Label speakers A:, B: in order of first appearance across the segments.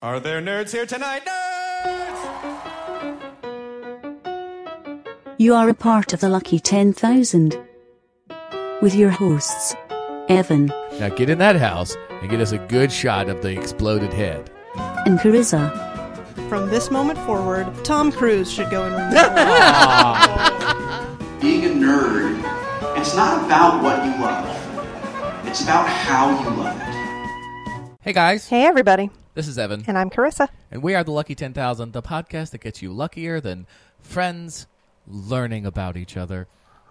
A: Are there nerds here tonight? Nerds!
B: You are a part of the lucky 10,000 with your hosts, Evan
C: Now get in that house and get us a good shot of the exploded head.
B: and Carissa.
D: From this moment forward, Tom Cruise should go in room number one.
E: being a nerd, it's not about what you love. It's about how you love it.
C: Hey guys,
D: Hey, everybody.
C: this is Evan,
D: And I'm Carissa.
C: and we are the Lucky 10,000, the podcast that gets you luckier than friends learning about each other.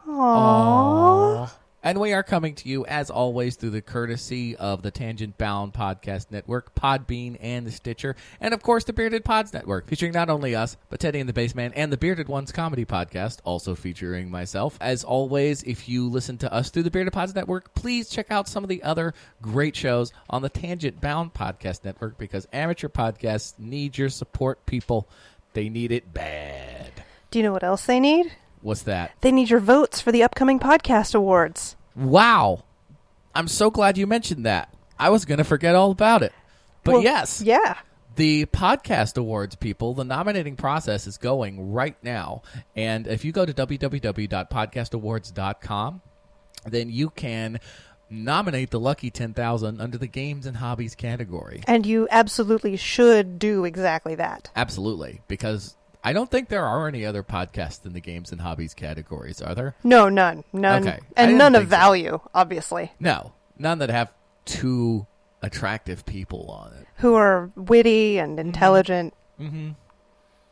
C: Aww. And we are coming to you, as always, through the courtesy of the Tangent Bound Podcast Network, Podbean, and the Stitcher, and of course the Bearded Pods Network, featuring not only us, but Teddy and the Baseman and the Bearded Ones Comedy Podcast, also featuring myself. As always, if you listen to us through the Bearded Pods Network, please check out some of the other great shows on the Tangent Bound Podcast Network because amateur podcasts need your support, people. They need it bad.
D: Do you know what else they need?
C: What's that?
D: They need your votes for the upcoming podcast awards.
C: Wow. I'm so glad you mentioned that. I was going to forget all about it. But
D: Well,
C: yes,
D: Yeah.
C: the podcast awards people, the nominating process is going right now. And if you go to www.podcastawards.com, then you can nominate the lucky 10,000 under the games and hobbies category.
D: And you absolutely should do exactly that.
C: Absolutely, because I don't think there are any other podcasts in the games and hobbies categories, are there?
D: No, none. None.
C: Okay. I
D: And
C: didn't
D: none of
C: think so.
D: value, obviously,
C: No, none that have two attractive people on it.
D: who are witty and intelligent. Mm-hmm.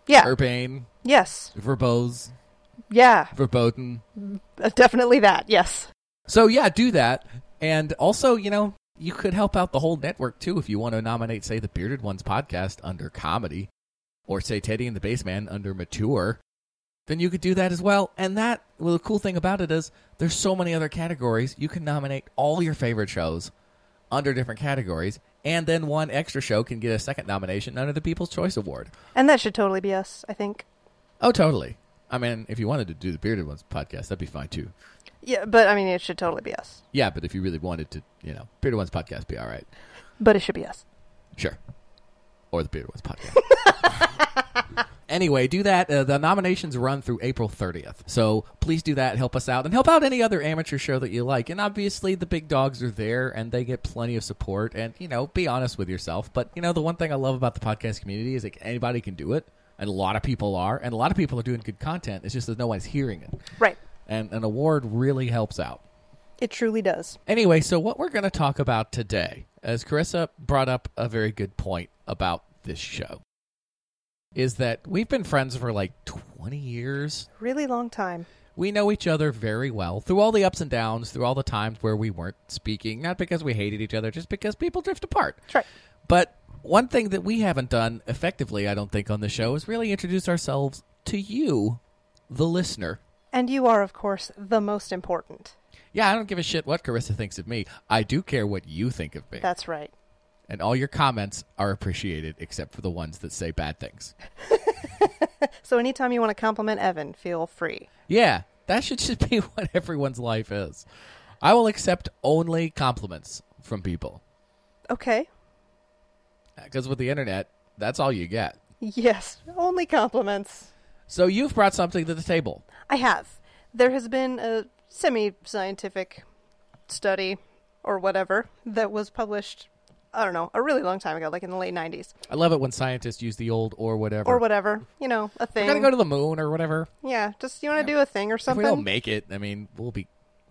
D: Yeah.
C: Urbane,
D: yes.
C: verbose,
D: Yeah.
C: verboten.
D: Uh, Definitely that. Yes.
C: So yeah, do that. And also, you know, you could help out the whole network too if you want to nominate, say, the Bearded Ones podcast under comedy, or say Teddy and the Baseman under mature. Then you could do that as well. And that, well, the cool thing about it is there's so many other categories. You can nominate all your favorite shows under different categories, and then one extra show can get a second nomination under the People's Choice Award.
D: And that should totally be us, I think.
C: Oh, totally. I mean, if you wanted to do the Bearded Ones podcast, that'd be fine too.
D: Yeah, but I mean, it should totally be us.
C: Yeah, but if you really wanted to, you know, Bearded Ones podcast be all right.
D: But it should be us.
C: Sure. Or the Bearded Ones podcast. anyway, do that. Uh, the nominations run through April 30th. So please do that. Help us out. And help out any other amateur show that you like. And obviously, the big dogs are there and they get plenty of support. And, you know, be honest with yourself. But, you know, the one thing I love about the podcast community is like anybody can do it. And a lot of people are. And a lot of people are doing good content. It's just that no one's hearing it.
D: Right.
C: And an award really helps out.
D: It truly does.
C: Anyway, so what we're going to talk about today, as Carissa brought up a very good point about this show, is that we've been friends for like 20 years.
D: Really long time.
C: We know each other very well through all the ups and downs, through all the times where we weren't speaking, not because we hated each other, just because people drift apart.
D: That's right.
C: But one thing that we haven't done effectively, I don't think, on the show is really introduce ourselves to you, the listener.
D: And you are, of course, the most important.
C: Yeah, I don't give a shit what Carissa thinks of me. I do care what you think of me.
D: That's right.
C: and all your comments are appreciated except for the ones that say bad things.
D: So anytime you want to compliment Evan, feel free.
C: Yeah, that should just be what everyone's life is. I will accept only compliments from people
D: Okay.
C: because with the internet, that's all you get.
D: Yes, only compliments.
C: So you've brought something to the table.
D: I have. There has been a semi scientific study or whatever that was published, I don't know, a really long time ago, like in the late 90s
C: I love it when scientists use the old or whatever.
D: or whatever. You know, a
C: We're
D: thing.
C: gonna go to the moon or whatever.
D: yeah, just you want to do a thing or
C: If we
D: something.
C: don't make it, I mean, we'll be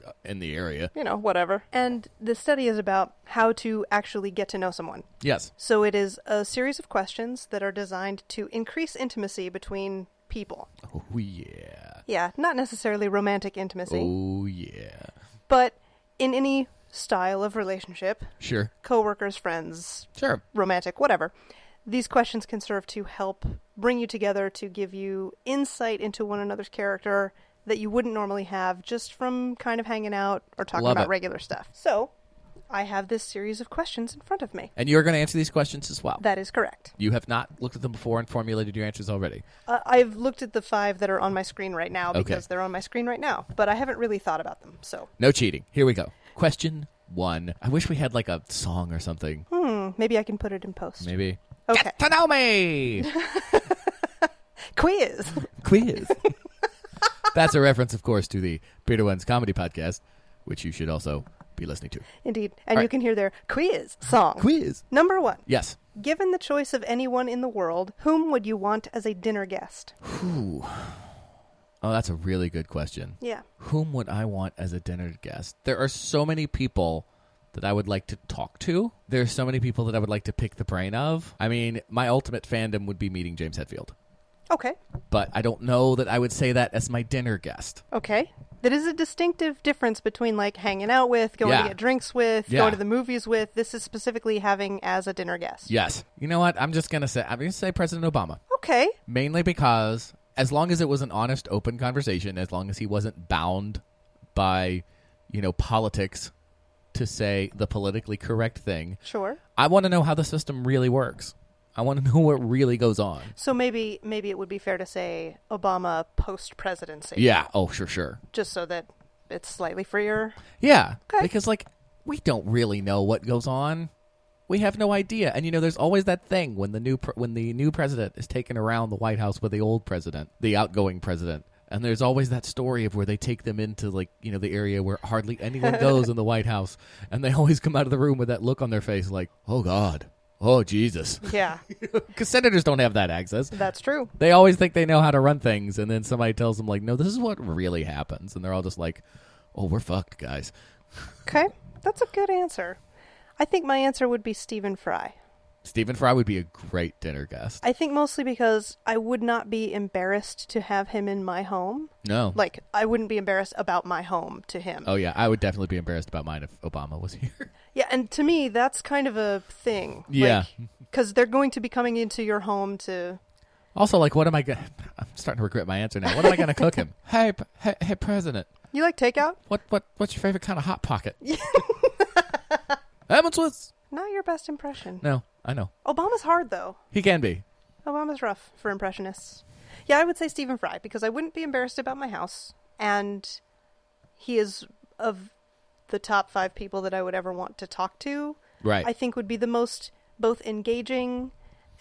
C: uh, in the area.
D: you know, whatever. And the study is about how to actually get to know someone.
C: Yes.
D: So it is a series of questions that are designed to increase intimacy between people.
C: Oh yeah.
D: Yeah, not necessarily romantic intimacy,
C: Oh yeah.
D: but in any style of relationship,
C: Sure.
D: coworkers, friends,
C: Sure.
D: romantic, whatever. These questions can serve to help bring you together to give you insight into one another's character that you wouldn't normally have just from kind of hanging out or talking
C: Love
D: about
C: it.
D: regular stuff. So, I have this series of questions in front of me.
C: And you're gonna answer these questions as well.
D: That is correct.
C: You have not looked at them before and formulated your answers already.
D: Uh, I've looked at the five that are on my screen right now
C: Okay.
D: because they're on my screen right now, but I haven't really thought about them. So,
C: No cheating. Here we go. Question one. I wish we had like a song or something. Hmm.
D: Maybe I can put it in post.
C: Maybe.
D: Okay.
C: To know me.
D: Quiz.
C: Quiz. That's a reference, of course, to the Peter Wenz comedy podcast, which you should also be listening to.
D: Indeed. And you
C: Alright.
D: can hear their quiz song.
C: Quiz.
D: Number one.
C: Yes.
D: Given the choice of anyone in the world, whom would you want as a dinner guest?
C: Oh, that's a really good question.
D: Yeah.
C: Whom would I want as a dinner guest? There are so many people that I would like to talk to. There's so many people that I would like to pick the brain of. I mean, my ultimate fandom would be meeting James Hetfield,
D: Okay.
C: but I don't know that I would say that as my dinner guest.
D: Okay. That is a distinctive difference between like hanging out with, going
C: Yeah.
D: to get drinks with,
C: Yeah.
D: going to the movies with. This is specifically having as a dinner guest.
C: Yes. You know what? I'm just gonna say I'm gonna say President Obama.
D: Okay.
C: Mainly because as long as it was an honest, open conversation, as long as he wasn't bound by, you know, politics to say the politically correct thing,
D: Sure.
C: I want to know how the system really works. I want to know what really goes on.
D: So maybe maybe it would be fair to say Obama post presidency.
C: Yeah. Oh, sure, sure.
D: Just so that it's slightly freer.
C: Yeah.
D: Okay.
C: Because, like, we don't really know what goes on. We have no idea. And, you know, there's always that thing when the new, pre- when the new president is taken around the White House with the old president, the outgoing president. And there's always that story of where they take them into, like, you know, the area where hardly anyone goes in the White House. And they always come out of the room with that look on their face, like, oh, God. Oh, Jesus.
D: Yeah.
C: Because senators don't have that access.
D: That's true.
C: they always think they know how to run things and then somebody tells them like no this is what really happens and they're all just like oh we're fucked guys
D: Okay. That's a good answer. I think my answer would be Stephen Fry.
C: stephen fry would be a great dinner guest
D: I think mostly because I would not be embarrassed to have him in my home.
C: no
D: Like I wouldn't be embarrassed about my home to him.
C: oh yeah i would definitely be embarrassed about mine if obama was here
D: Yeah, and to me, that's kind of a thing.
C: Yeah.
D: Because they're going to be coming into your home to.
C: also like what am i gonna i'm starting to regret my answer now what am i gonna cook him hey, p- hey hey president
D: You like takeout?
C: what what what's your favorite kind of hot pocket ham and swiss
D: Not your best impression.
C: no i know
D: Obama's hard, though.
C: he can be
D: Obama's rough for impressionists. Yeah, I would say Stephen Fry because I wouldn't be embarrassed about my house. And he is of the top five people that I would ever want to talk to.
C: Right.
D: I think would be the most both engaging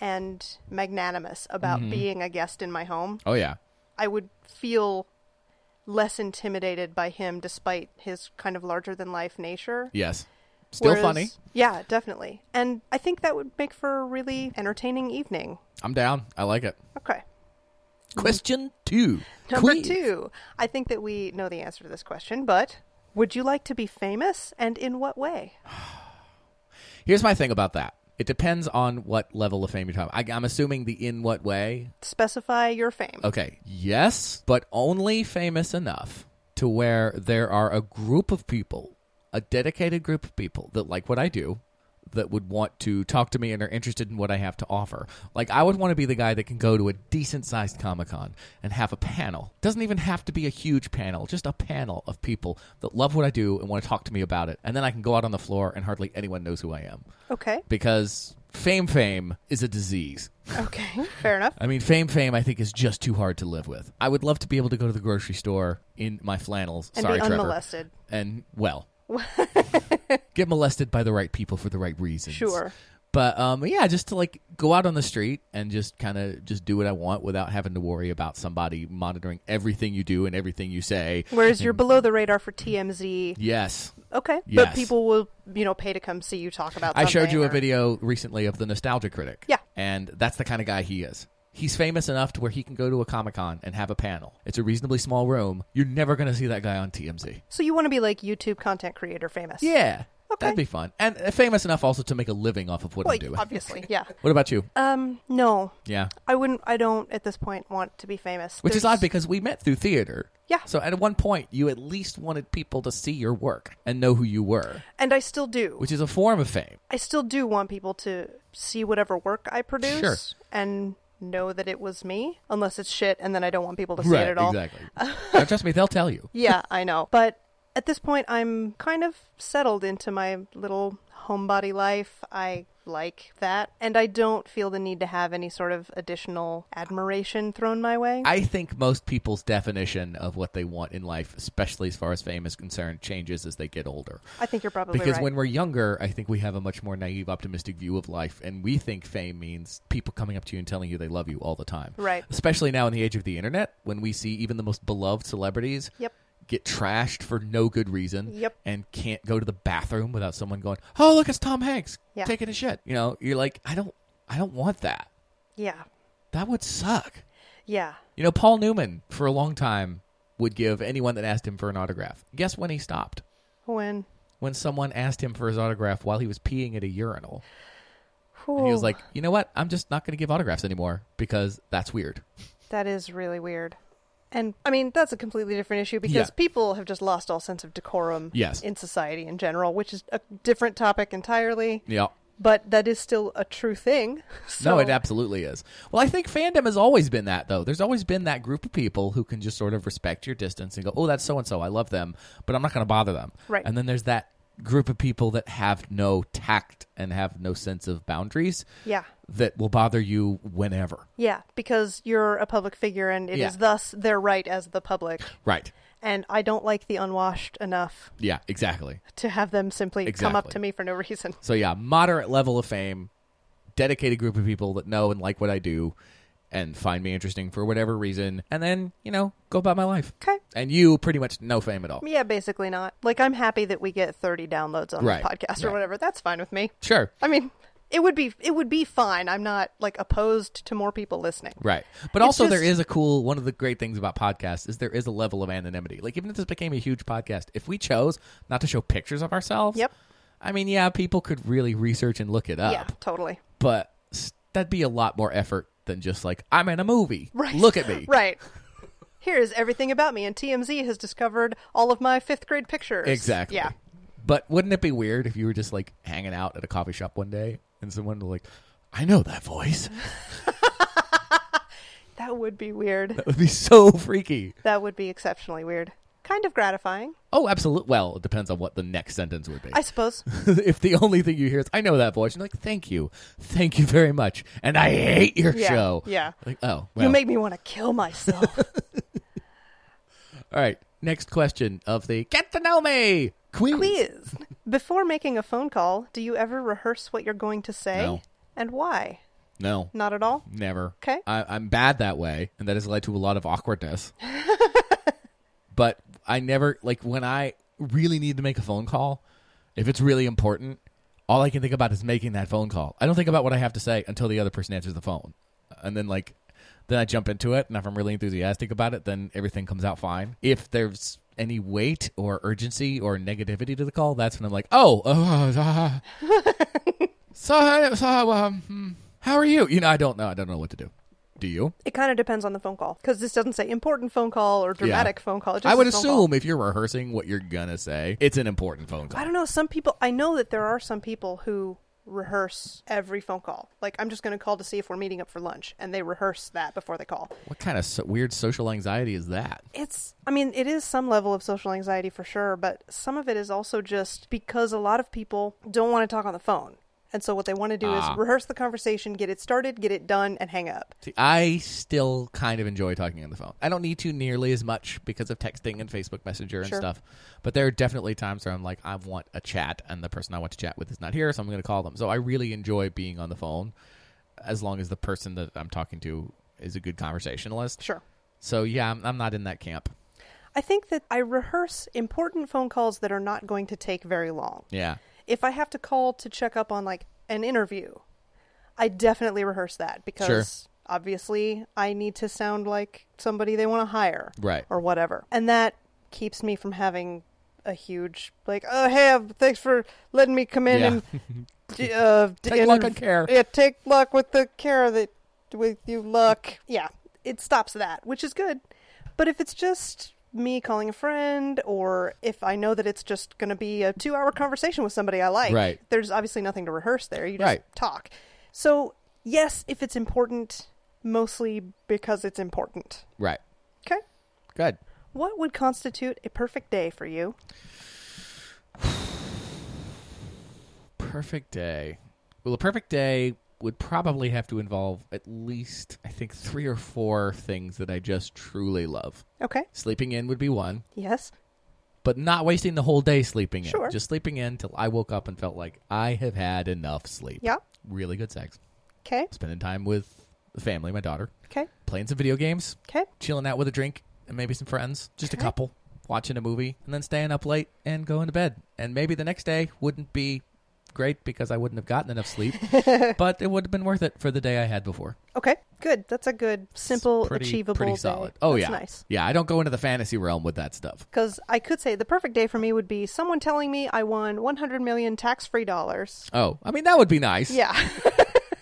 D: and magnanimous about
C: Mm-hmm.
D: being a guest in my home.
C: oh yeah
D: I would feel less intimidated by him despite his kind of larger than life nature.
C: yes still
D: Whereas-
C: funny
D: Yeah, definitely. And I think that would make for a really entertaining evening.
C: i'm down i like it
D: Okay.
C: question two
D: Mm. Number
C: Quiz.
D: two. I think that we know the answer to this question, but would you like to be famous and in what way?
C: Here's my thing about that. It depends on what level of fame you're talking. I, I'm assuming the in what way.
D: Specify your fame.
C: Okay, yes, but only famous enough to where there are a group of people, a dedicated group of people that like what I do, that would want to talk to me and are interested in what I have to offer. Like I would want to be the guy that can go to a decent sized Comic Con and have a panel. Doesn't even have to be a huge panel, just a panel of people that love what I do and want to talk to me about it. And then I can go out on the floor and hardly anyone knows who I am
D: Okay.
C: because fame fame is a disease.
D: Okay. Fair enough.
C: I mean, fame fame I think is just too hard to live with. I would love to be able to go to the grocery store in my flannels,
D: And
C: sorry,
D: be
C: Trevor,
D: unmolested.
C: and well, get molested by the right people for the right reasons.
D: Sure.
C: But um, yeah, just to like go out on the street and just kind of just do what I want without having to worry about somebody monitoring everything you do and everything you say.
D: Whereas you're below the radar for TMZ.
C: Yes.
D: Okay. But
C: Yes.
D: people will, you know, pay to come see you talk about
C: I showed
D: something
C: you a
D: or-
C: video recently of the Nostalgia Critic.
D: Yeah.
C: And that's the kind of guy he is. He's famous enough to where he can go to a Comic Con and have a panel. It's a reasonably small room. You're never going to see that guy on TMZ.
D: So you want to be like YouTube content creator famous.
C: Yeah.
D: Okay.
C: That'd be fun. And uh, famous enough also to make a living off of what
D: Well,
C: I'm doing.
D: obviously, yeah.
C: What about you?
D: Um, no,
C: yeah.
D: I wouldn't. I don't at this point want to be famous.
C: Which is
D: There's-
C: odd because we met through theater.
D: Yeah.
C: So at one point, you at least wanted people to see your work and know who you were,
D: and I still do.
C: which is a form of fame.
D: I still do want people to see whatever work I produce
C: Sure.
D: and know that it was me, unless it's shit, and then I don't want people to see it at all.
C: exactly. now, trust me, they'll tell you.
D: Yeah, I know. But at this point, I'm kind of settled into my little homebody life. I like that, and I don't feel the need to have any sort of additional admiration thrown my way.
C: I think most people's definition of what they want in life, especially as far as fame is concerned, changes as they get older.
D: I think you're probably
C: Because
D: right.
C: when we're younger, I think we have a much more naive, optimistic view of life, and we think fame means people coming up to you and telling you they love you all the time.
D: Right.
C: Especially now in the age of the internet, when we see even the most beloved celebrities
D: Yep.
C: get trashed for no good reason
D: Yep.
C: and can't go to the bathroom without someone going, "Oh, look, it's Tom Hanks
D: Yeah.
C: taking a shit." You know, you're like, "I don't, I don't want that.
D: yeah,
C: That would suck."
D: yeah,
C: You know, Paul Newman for a long time would give anyone that asked him for an autograph. Guess when he stopped?
D: when
C: When someone asked him for his autograph while he was peeing at a urinal. And he was
D: Whew,
C: like, you know what? I'm just not going to give autographs anymore because that's weird.
D: that is really weird. And I mean, that's a completely different issue because
C: Yeah.
D: people have just lost all sense of decorum
C: Yes.
D: in society in general, which is a different topic entirely.
C: Yeah.
D: But that is still a true thing. So
C: no, it absolutely is. Well, I think fandom has always been that, though. There's always been that group of people who can just sort of respect your distance and go, oh, that's so and so. I love them, but I'm not going to bother them.
D: Right.
C: And then there's that group of people that have no tact and have no sense of boundaries
D: Yeah.
C: that will bother you whenever.
D: Yeah, because you're a public figure and it is
C: Yeah.
D: thus their right as the public.
C: Right.
D: And I don't like the unwashed enough
C: Yeah, exactly.
D: to have them simply come up
C: Exactly.
D: to me for no reason.
C: So yeah, moderate level of fame, dedicated group of people that know and like what I do and find me interesting for whatever reason, and then, you know, go about my life.
D: Okay.
C: And you pretty much no fame at all.
D: Yeah, basically not. Like I'm happy that we get 30 downloads on
C: Right,
D: the podcast or
C: right.
D: whatever. That's fine with me.
C: Sure.
D: I mean, it would be it would be fine. I'm not like opposed to more people listening.
C: Right. But
D: It's
C: also there
D: just-
C: is a cool one of the great things about podcasts is there is a level of anonymity. Like even if this became a huge podcast, if we chose not to show pictures of ourselves,
D: Yep.
C: I mean, yeah, people could really research and look it up.
D: Yeah, totally.
C: But s- that'd be a lot more effort than just like I'm in a movie.
D: Right.
C: Look at me.
D: Right. Here is everything about me and TMZ has discovered all of my 5th grade pictures.
C: Exactly.
D: Yeah.
C: But wouldn't it be weird if you were just like hanging out at a coffee shop one day and someone was like, I know that voice.
D: That would be weird.
C: That would be so freaky.
D: That would be exceptionally weird. Kind of gratifying,
C: Oh, absolutely. Well, it depends on what the next sentence would be.
D: I suppose.
C: if the only thing you hear is, I know that voice, you're like, thank you. Thank you very much. And I hate your
D: Yeah,
C: show.
D: yeah.
C: Like, oh, well.
D: You make me want to kill myself.
C: All right. Next question of the Get to Know Me quiz.
D: Quiz. Before making a phone call, do you ever rehearse what you're going to say?
C: No.
D: And why?
C: No.
D: Not at all?
C: Never.
D: Okay.
C: I, I'm bad that way, and that has led to a lot of awkwardness. but I never like when I really need to make a phone call, if it's really important, all I can think about is making that phone call. I don't think about what I have to say until the other person answers the phone, and then like then I jump into it. And if I'm really enthusiastic about it, then everything comes out fine. If there's any weight or urgency or negativity to the call, that's when I'm like, oh, oh, ah. so, so um, hmm, how are you? You know, I don't know. I don't know what to do. Do you?
D: It kind of depends on the phone call because this doesn't say important phone call or dramatic phone call. It just
C: I would
D: says phone
C: assume
D: call.
C: if you're rehearsing what you're gonna say, it's an important phone
D: I
C: call.
D: don't know. Some people, I know that there are some people who rehearse every phone call. Like, I'm just going to call to see if we're meeting up for lunch. And they rehearse that before they call.
C: What kind of so- weird social anxiety is that?
D: It's, I mean, it is some level of social anxiety for sure, but some of it is also just because a lot of people don't want to talk on the phone. And so what they want to do
C: Ah.
D: is rehearse the conversation, get it started, get it done, and hang up.
C: See, I still kind of enjoy talking on the phone. I don't need to nearly as much because of texting and Facebook Messenger and
D: Sure.
C: stuff. But there are definitely times where I'm like, I want a chat, and the person I want to chat with is not here, so I'm going to call them. So I really enjoy being on the phone, as long as the person that I'm talking to is a good conversationalist.
D: Sure.
C: So yeah, I'm, I'm not in that camp.
D: I think that I rehearse important phone calls that are not going to take very long.
C: Yeah.
D: If I have to call to check up on like an interview, I definitely rehearse that because obviously I need to sound like somebody they want to hire.
C: Right.
D: Or whatever. And that keeps me from having a huge like, oh hey, uh, thanks for letting me come in
C: Yeah.
D: and d- uh, d-
C: Take luck
D: interv-
C: and care.
D: Yeah, take luck with the care that with you luck. Yeah, it stops that, which is good. But if it's just me calling a friend, or if I know that it's just going to be a two-hour conversation with somebody I like,
C: Right.
D: there's obviously nothing to rehearse there. You just
C: Right.
D: talk. So yes, if it's important, mostly because it's important.
C: Right.
D: Okay.
C: Good.
D: What would constitute a perfect day for you?
C: Perfect day. Well, a perfect day would probably have to involve at least, I think, three or four things that I just truly love.
D: Okay.
C: Sleeping in would be one,
D: Yes.
C: but not wasting the whole day sleeping in.
D: Sure.
C: Just sleeping in till I woke up and felt like I have had enough sleep.
D: Yeah.
C: Really good sex.
D: Okay.
C: Spending time with the family, my daughter,
D: Okay.
C: playing some video games,
D: Okay.
C: chilling out with a drink and maybe some friends, just a couple, watching a movie, and then staying up late and going to bed. And maybe the next day wouldn't be great because I wouldn't have gotten enough sleep, but it would have been worth it for the day I had before.
D: Okay. Good. That's a good, simple,
C: pretty,
D: achievable.
C: pretty
D: day.
C: solid. Oh
D: That's
C: yeah,
D: Nice.
C: yeah. I don't go into the fantasy realm with that stuff.
D: Because I could say the perfect day for me would be someone telling me I won 100 million tax-free dollars.
C: Oh, I mean that would be nice.
D: Yeah.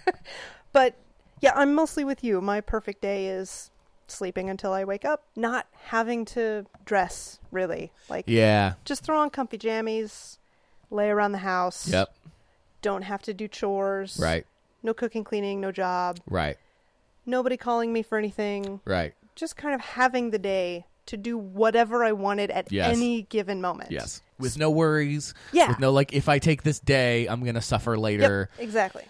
D: but yeah, I'm mostly with you. My perfect day is sleeping until I wake up, not having to dress really. Like
C: Yeah.
D: just throw on comfy jammies, lay around the house.
C: Yep.
D: Don't have to do chores.
C: Right.
D: No cooking, cleaning, no job.
C: Right.
D: Nobody calling me for anything.
C: Right.
D: Just kind of having the day to do whatever I wanted at
C: Yes.
D: any given moment.
C: Yes. With no worries.
D: Yeah.
C: With no like, if I take this day, I'm gonna suffer later.
D: Yep, exactly.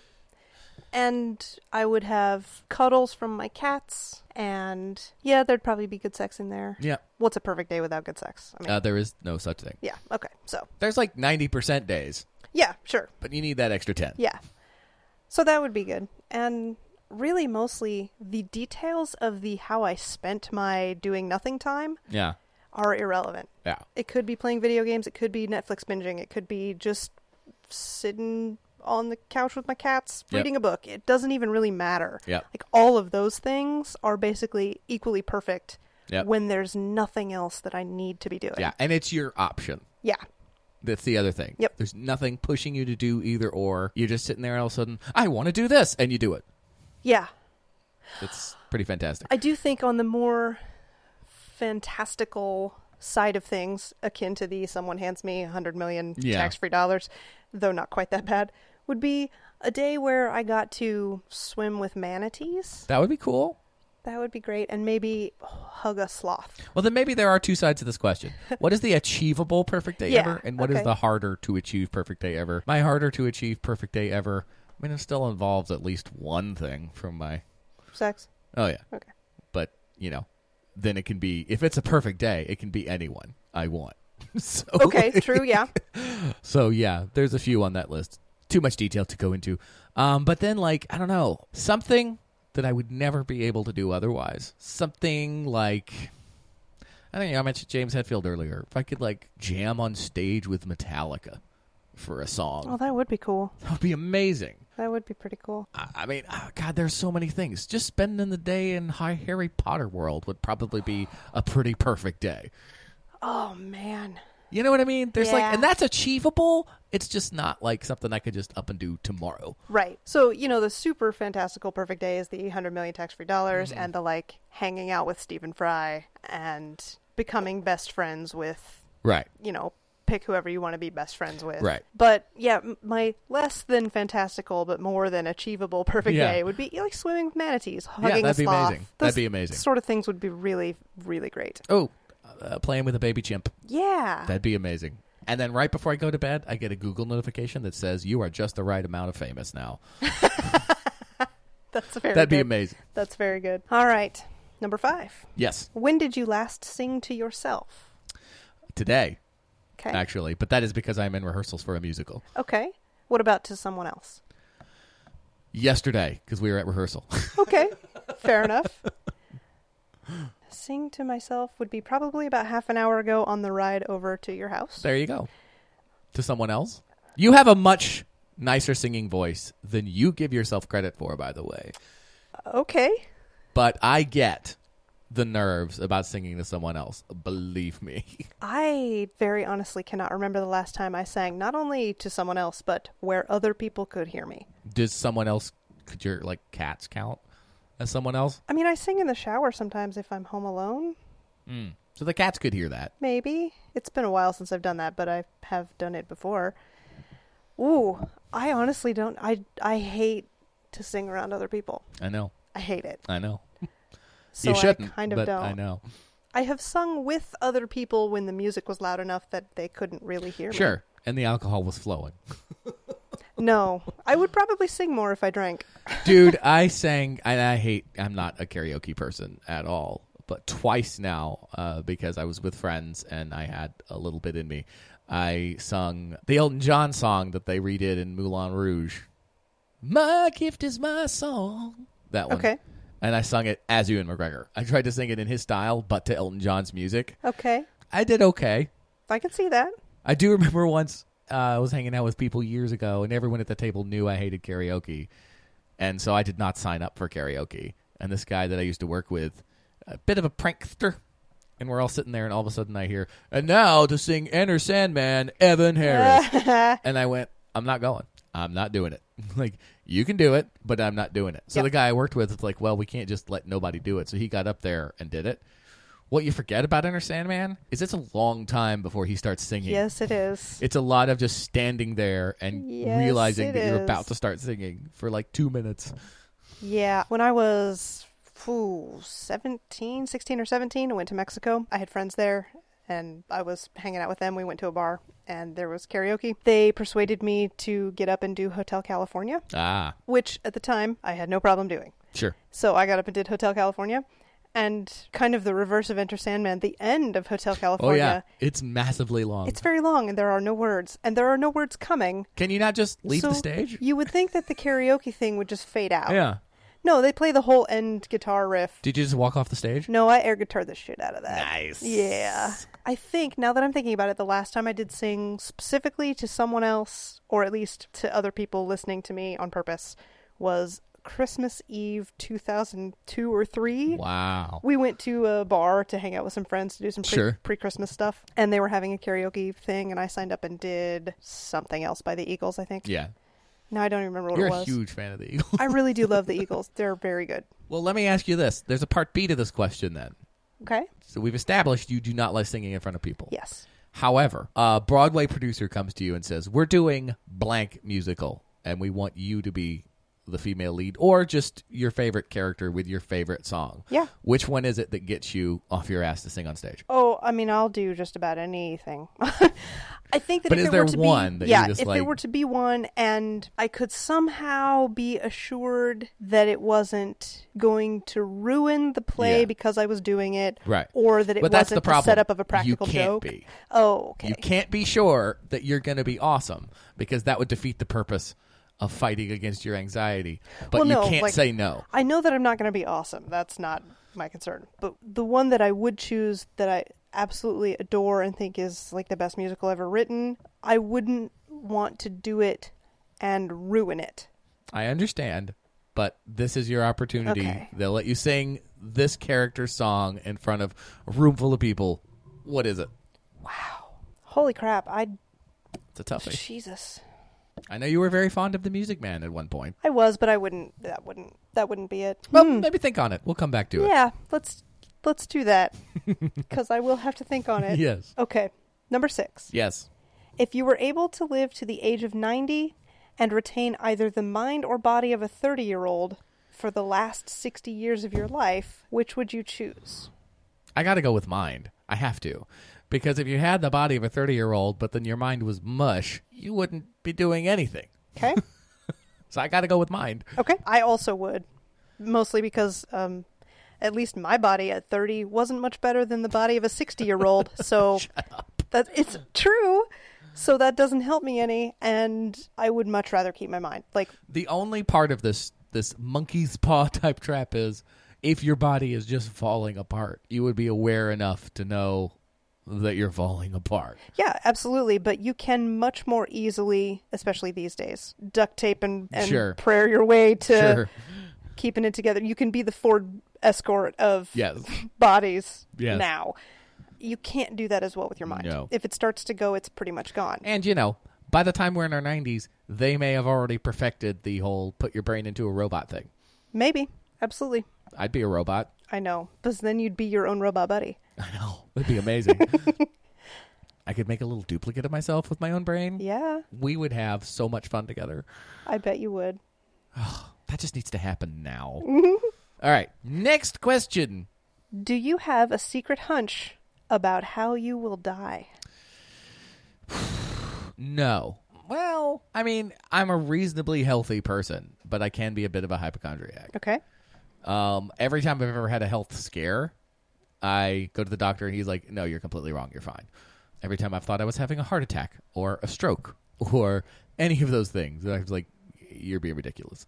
D: And I would have cuddles from my cats, and yeah, there'd probably be good sex in there.
C: Yeah.
D: What's a perfect day without good sex? I mean,
C: Uh, there is no such thing.
D: yeah, okay. So,
C: There's like 90% days,
D: yeah, sure.
C: but you need that extra 10.
D: Yeah. So that would be good. And really, mostly the details of the how I spent my doing nothing time
C: Yeah.
D: are irrelevant.
C: Yeah.
D: It could be playing video games, it could be Netflix binging, it could be just sitting on the couch with my cats
C: Yep.
D: reading a book. It doesn't even really matter.
C: Yep.
D: Like all of those things are basically equally perfect
C: Yep.
D: when there's nothing else that I need to be doing.
C: Yeah. And it's your option.
D: Yeah.
C: That's the other thing.
D: Yep.
C: There's nothing pushing you to do either or. You're just sitting there and all of a sudden, I want to do this. And you do it.
D: Yeah.
C: It's pretty fantastic.
D: I do think on the more fantastical side of things, akin to the someone hands me a hundred million
C: Yeah.
D: tax free dollars, though not quite that bad, would be a day where I got to swim with manatees.
C: that would be cool.
D: That would be great, and maybe hug a sloth.
C: Well, then maybe there are two sides to this question. What is the achievable perfect day
D: Yeah,
C: ever? And what is
D: okay.
C: the harder to achieve perfect day ever? My harder to achieve perfect day ever, I mean, it still involves at least one thing from my.
D: Sex.
C: Oh, yeah.
D: Okay.
C: But, you know, then it can be, if it's a perfect day, it can be anyone I want. so,
D: Okay. True. Yeah.
C: So yeah, there's a few on that list. Too much detail to go into. Um, but then like I don't know something that I would never be able to do otherwise. Something like I don't know. I mentioned James Hetfield earlier. If I could like jam on stage with Metallica for a song,
D: Well, Oh, that would be cool.
C: that would be amazing.
D: That would be pretty cool.
C: I, I mean, oh, God, there's so many things. Just spending the day in high Harry Potter world would probably be a pretty perfect day.
D: Oh man.
C: You know what I mean? There's
D: Yeah.
C: like, and that's achievable. It's just not like something I could just up and do tomorrow.
D: Right. So, you know, the super fantastical perfect day is the 100 million tax free dollars
C: Mm-hmm.
D: and the like hanging out with Stephen Fry and becoming best friends with,
C: Right.
D: you know, pick whoever you want to be best friends with.
C: Right.
D: But yeah, m- my less than fantastical but more than achievable perfect
C: Yeah.
D: day would be you know, like swimming with manatees, hugging
C: that'd
D: a
C: be
D: sloth.
C: amazing. That'd
D: Those
C: be amazing.
D: Sort of things would be really really great.
C: Oh, uh, playing with a baby chimp.
D: Yeah.
C: That'd be amazing. And then right before I go to bed, I get a Google notification that says you are just the right amount of famous now.
D: That's very
C: That'd be
D: good.
C: amazing.
D: That's very good. All right. Number 5.
C: Yes,
D: When did you last sing to yourself?
C: today
D: Okay.
C: actually, but that is because I'm in rehearsals for a musical.
D: Okay. What about to someone else?
C: Yesterday, because we were at rehearsal.
D: Okay. Fair enough. Sing to myself would be probably about half an hour ago on the ride over to your house.
C: there you go. To someone else, you have a much nicer singing voice than you give yourself credit for. By the way,
D: Okay.
C: but I get the nerves about singing to someone else. Believe me.
D: I very honestly cannot remember the last time I sang not only to someone else but where other people could hear me.
C: Does someone else could your like cats count as someone else?
D: I mean, I sing in the shower sometimes if I'm home alone.
C: So the cats could hear that.
D: Maybe. It's been a while since I've done that, but I have done it before. Ooh, I honestly don't I I hate to sing around other people.
C: I know.
D: I hate it.
C: I know.
D: So
C: you shouldn't.
D: I kind of
C: but
D: don't.
C: I know.
D: I have sung with other people when the music was loud enough that they couldn't really hear me.
C: Sure. And the alcohol was flowing.
D: No, I would probably sing more if I drank.
C: Dude, I sang, and I hate, I'm not a karaoke person at all, but twice now, uh, because I was with friends and I had a little bit in me, I sung the Elton John song that they redid in Moulin Rouge. My gift is my song. That one.
D: Okay.
C: And I sung it as Ewan McGregor. I tried to sing it in his style, but to Elton John's music.
D: Okay,
C: I did okay.
D: I can see that.
C: I do remember once uh, I was hanging out with people years ago, and everyone at the table knew I hated karaoke, and so I did not sign up for karaoke. And this guy that I used to work with, a bit of a prankster, and we're all sitting there, and all of a sudden I hear, "And now to sing Enter Sandman, Evan Harris," and I went, "I'm not going. I'm not doing it." like you can do it, but I'm not doing it. So the guy I worked with was like, "Well, we can't just let nobody do it." So he got up there and did it. What you forget about Enter Sandman is it's a long time before he starts singing.
D: Yes, it is.
C: It's a lot of just standing there and
D: Yes,
C: realizing
D: it
C: that you're
D: is.
C: about to start singing for like two minutes.
D: Yeah. When I was phew, 17, 16 or 17, I went to Mexico. I had friends there and I was hanging out with them. We went to a bar and there was karaoke. They persuaded me to get up and do Hotel California,
C: Ah,
D: which at the time I had no problem doing.
C: sure.
D: So I got up and did Hotel California and kind of the reverse of Enter Sandman, the end of Hotel
C: Oh
D: California.
C: yeah, it's massively long.
D: It's very long and there are no words and there are no words coming.
C: Can you not just leave the
D: So
C: stage?
D: You would think that the karaoke thing would just fade out.
C: yeah.
D: No, they play the whole end guitar riff.
C: Did you just walk off the stage?
D: No, I air guitar the shit out of that.
C: Nice.
D: Yeah. I think now that I'm thinking about it, the last time I did sing specifically to someone else, or at least to other people listening to me on purpose, was Christmas Eve 2002 or 3.
C: Wow.
D: We went to a bar to hang out with some friends to do some pre-
C: Sure.
D: pre-Christmas stuff, and they were having a karaoke thing, and I signed up and did something else by the Eagles, I think.
C: Yeah.
D: No, I don't even remember what
C: You're
D: it
C: a
D: was.
C: huge fan of the Eagles.
D: I really do love the Eagles. They're very good.
C: well, let me ask you this. There's a part B to this question then.
D: Okay?
C: So we've established you do not like singing in front of people.
D: Yes.
C: However, a Broadway producer comes to you and says, "We're doing blank musical, and we want you to be the female lead, or just your favorite character with your favorite song."
D: Yeah.
C: Which one is it that gets you off your ass to sing on stage?
D: Oh, I mean, I'll do just about anything. I think that
C: But
D: if
C: is
D: it
C: there
D: were to
C: one
D: be,
C: that you
D: yeah,
C: just,
D: if
C: like-
D: there were to be one, and I could somehow be assured that it wasn't going to ruin the play
C: Yeah.
D: because I was doing it,
C: Right.
D: Or that it
C: But that's
D: wasn't
C: the problem.
D: setup of
C: You
D: a practical
C: can't
D: joke.
C: be.
D: Oh, okay.
C: You can't be sure that you're going to be awesome because that would defeat the purpose of fighting against your anxiety. But
D: well,
C: you
D: no,
C: can't
D: like,
C: say no.
D: I know that I'm not going to be awesome. That's not my concern. But the one that I would choose that I absolutely adore and think is like the best musical ever written, I wouldn't want to do it and ruin it.
C: I understand, but this is your opportunity.
D: Okay.
C: They'll let you sing this character's song in front of a room full of people. What is it?
D: Holy crap. I
C: It's a toughie.
D: Jesus.
C: I know you were very fond of the Music Man at one point.
D: I was, but I wouldn't that wouldn't that wouldn't be it.
C: Well, maybe think on it. We'll come back to it.
D: Yeah, let's let's do that. Cuz I will have to think on it.
C: Yes.
D: Okay. Number 6.
C: Yes.
D: If you were able to live to the age of 90 and retain either the mind or body of a 30 year old for the last 60 years of your life, which would you choose?
C: I got to go with mind. I have to. Because if you had the body of a 30 year old, but then your mind was mush, you wouldn't be doing anything.
D: Okay.
C: So I got to go with mind.
D: okay. I also would, mostly because um, at least my body at 30 wasn't much better than the body of a 60 year old. So that it's true. So that doesn't help me any, and I would much rather keep my mind. Like,
C: The only part of this this monkey's paw type trap is if your body is just falling apart, you would be aware enough to know that you're falling apart.
D: Yeah, absolutely. But you can much more easily, especially these days, duct tape and, and
C: Sure.
D: prayer your way to
C: Sure.
D: keeping it together. You can be the Ford escort of
C: Yes.
D: bodies
C: Yes.
D: now. You can't do that as well with your mind.
C: No.
D: If it starts to go, it's pretty much gone.
C: And you know, by the time we're in our 90s, they may have already perfected the whole put your brain into a robot thing.
D: Maybe. Absolutely.
C: I'd be a robot.
D: I know. Because then you'd be your own robot buddy.
C: I know. That'd be amazing. I could make a little duplicate of myself with my own brain.
D: Yeah,
C: We would have so much fun together.
D: I bet you would.
C: That just needs to happen now. All right. Next question.
D: Do you have a secret hunch about how you will die?
C: No. Well, I mean, I'm a reasonably healthy person, but I can be a bit of a hypochondriac.
D: Okay.
C: Um, every time I've ever had a health scare, I go to the doctor and he's like, "No, you're completely wrong. You're fine." Every time I've thought I was having a heart attack or a stroke or any of those things, I was like, "You're being ridiculous."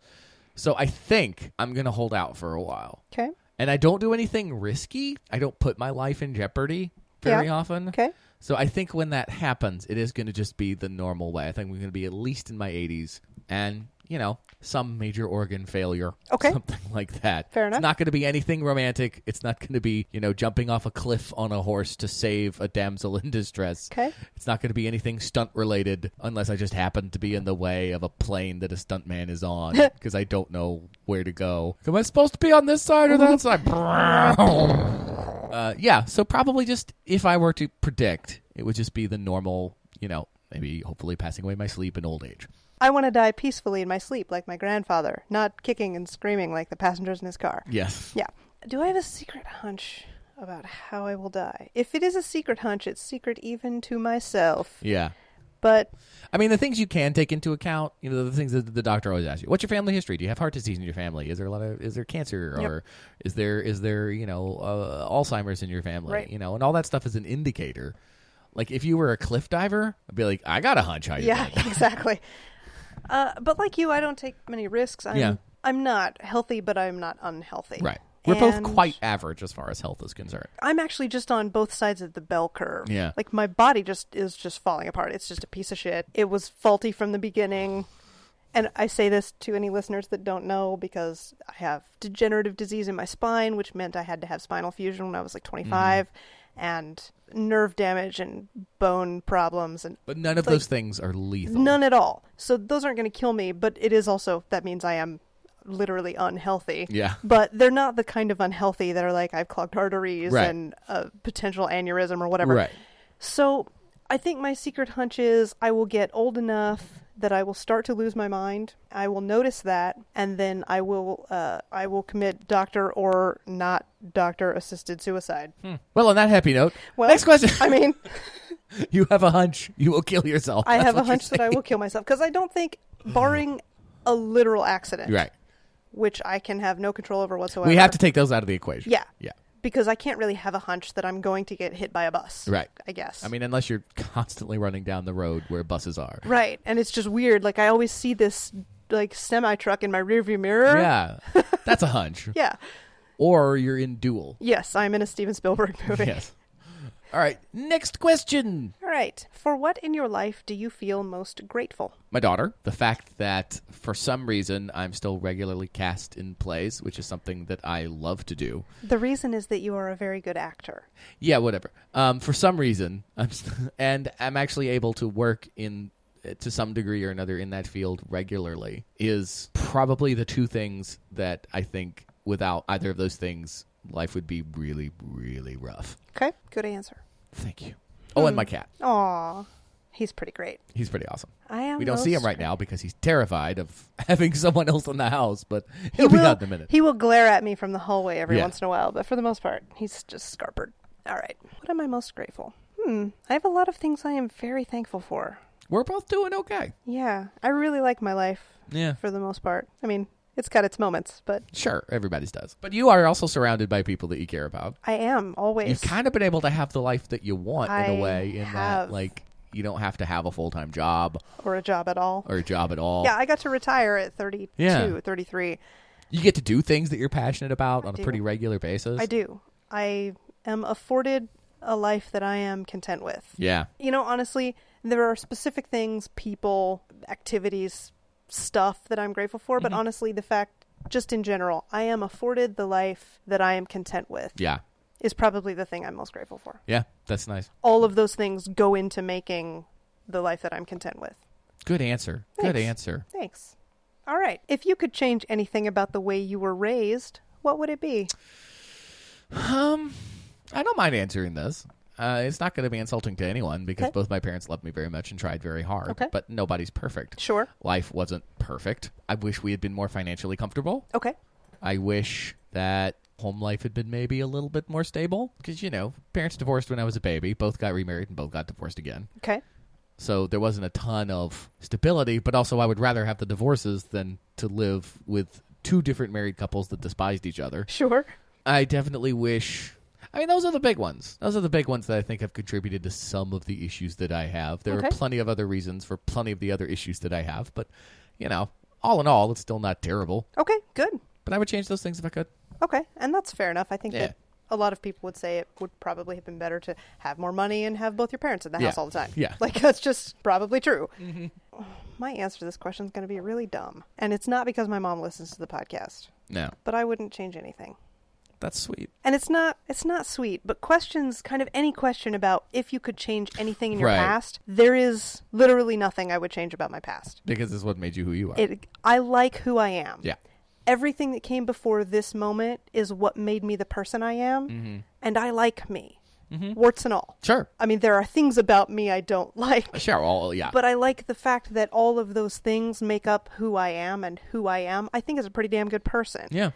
C: So I think I'm gonna hold out for a while,
D: Okay.
C: and I don't do anything risky. I don't put my life in jeopardy very
D: Yeah.
C: often.
D: Okay.
C: So I think when that happens, it is going to just be the normal way. I think we're going to be at least in my 80s and, you know, some major organ failure.
D: Okay.
C: Something like that.
D: Fair enough.
C: It's not going to be anything romantic. It's not going to be, you know, jumping off a cliff on a horse to save a damsel in distress.
D: Okay.
C: It's not going to be anything stunt related unless I just happen to be in the way of a plane that a stuntman is on because I don't know where to go. Am I supposed to be on this side or that side? Uh, yeah, so probably just if I were to predict, it would just be the normal, you know, maybe hopefully passing away in my sleep in old age.
D: I want to die peacefully in my sleep like my grandfather, not kicking and screaming like the passengers in his car.
C: Yes.
D: Yeah. Do I have a secret hunch about how I will die? If it is a secret hunch, it's secret even to myself.
C: Yeah.
D: But
C: I mean, the things you can take into account, you know, the things that the doctor always asks you. What's your family history? Do you have heart disease in your family? Is there a lot of is there cancer
D: Yep.
C: or is there is there you know uh, Alzheimer's in your family?
D: Right.
C: You know, and all that stuff is an indicator. Like if you were a cliff diver, I'd be like, I got a hunch how you.
D: yeah, exactly. Uh, but like you, I don't take many risks. I'm,
C: Yeah.
D: I'm not healthy, but I'm not unhealthy.
C: Right. We're both
D: And
C: quite average as far as health is concerned.
D: I'm actually just on both sides of the bell curve.
C: Yeah.
D: Like my body just is just falling apart. It's just a piece of shit. It was faulty from the beginning. And I say this to any listeners that don't know because I have degenerative disease in my spine, which meant I had to have spinal fusion when I was like 25 and nerve damage and bone problems and
C: But none of
D: Like-
C: those things are lethal.
D: None at all. So those aren't going to kill me, but it is also that means I am literally unhealthy.
C: Yeah.
D: But they're not the kind of unhealthy that are like I've clogged arteries
C: Right.
D: and a potential aneurysm or whatever.
C: Right.
D: So I think my secret hunch is I will get old enough that I will start to lose my mind. I will notice that, and then I will uh, I will commit doctor or not doctor assisted suicide.
C: Well, on that happy note,
D: Well,
C: Hmm. next question.
D: I mean.
C: you have a hunch. You will kill yourself.
D: I
C: That's
D: have a
C: what you're
D: hunch that I will kill myself because I don't think, barring a literal accident,
C: saying. Right.
D: which I can have no control over whatsoever.
C: We have to take those out of the equation.
D: yeah,
C: Yeah.
D: because I can't really have a hunch that I'm going to get hit by a bus,
C: Right.
D: I guess.
C: I mean, unless you're constantly running down the road where buses are.
D: right, and it's just weird. Like I always see this like semi truck in my rearview mirror.
C: Yeah. That's a hunch.
D: yeah.
C: Or you're in duel.
D: Yes, I'm in a Steven Spielberg movie.
C: Yes. All right. Next question.
D: All right. For what in your life do you feel most grateful?
C: My daughter. The fact that for some reason I'm still regularly cast in plays, which is something that I love to do.
D: The reason is that you are a very good actor.
C: Yeah, whatever. Um, for some reason, I'm st- and I'm actually able to work in eh, to some degree or another in that field regularly is probably the two things that I think without either of those things, life would be really, really rough.
D: Okay. Good answer.
C: Thank you. Oh,
D: Mm.
C: and my cat.
D: Aw. He's pretty great.
C: He's pretty awesome.
D: I am
C: We don't see him
D: most
C: right now because he's terrified of having someone else in the house, but he'll
D: he
C: be
D: will,
C: out in a minute.
D: He will glare at me from the hallway every
C: Yeah.
D: once in a while, but for the most part, he's just scarpered. All right. What am I most grateful? Hmm. I have a lot of things I am very thankful for.
C: We're both doing okay.
D: Yeah. I really like my life
C: Yeah.
D: for the most part. I mean, it's got its moments, but
C: Sure, everybody's does. But you are also surrounded by people that you care about.
D: I am always.
C: you've kind of been able to have the life that you want in
D: I
C: a way in
D: have.
C: that like you don't have to have a full-time job
D: or a job at all.
C: or a job at all
D: yeah, I got to retire at 32,
C: Yeah.
D: 33.
C: you get to do things that you're passionate about on a
D: do.
C: pretty regular basis
D: I do. I am afforded a life that I am content with.
C: yeah
D: You know, honestly, there are specific things, people, activities, stuff that I'm grateful for, but honestly, the fact, just in general, I am afforded the life that I am content with
C: yeah
D: is probably the thing I'm most grateful for.
C: yeah that's nice
D: All of those things go into making the life that I'm content with.
C: good answer good
D: Thanks.
C: answer
D: Thanks. All right. If you could change anything about the way you were raised, what would it be?
C: um i don't mind answering this uh, it's not going to be insulting to anyone because
D: Okay.
C: both my parents loved me very much and tried very hard
D: Okay.
C: but nobody's perfect
D: Sure.
C: life wasn't perfect i wish we had been more financially comfortable
D: Okay.
C: I wish that home life had been maybe a little bit more stable because you know parents divorced when I was a baby, both got remarried and both got divorced again.
D: Okay.
C: So there wasn't a ton of stability, but also I would rather have the divorces than to live with two different married couples that despised each other.
D: Sure.
C: I definitely wish. I mean, those are the big ones. Those are the big ones that I think have contributed to some of the issues that I have. There are
D: Okay.
C: plenty of other reasons for plenty of the other issues that I have, but, you know, all in all, it's still not terrible.
D: Okay, good.
C: But I would change those things if I could.
D: Okay, and that's fair enough. I think
C: Yeah.
D: that a lot of people would say it would probably have been better to have more money and have both your parents in the house
C: Yeah.
D: all the time.
C: Yeah.
D: Like, that's just probably true. My answer to this question is going to be really dumb. And it's not because my mom listens to the podcast,
C: No.
D: but I wouldn't change anything.
C: That's sweet.
D: And it's not it's not sweet, but questions kind of any question about if you could change anything in your
C: Right.
D: past, there is literally nothing I would change about my past.
C: Because it's what made you who you are.
D: It I like who I am
C: yeah.
D: everything that came before this moment is what made me the person I am, and I like me, warts and all.
C: Mm-hmm. Sure.
D: I mean, there are things about me I don't like,
C: Sure. All, yeah.
D: but I like the fact that all of those things make up who I am, and who I am, I think, is a pretty damn good person.
C: yeah.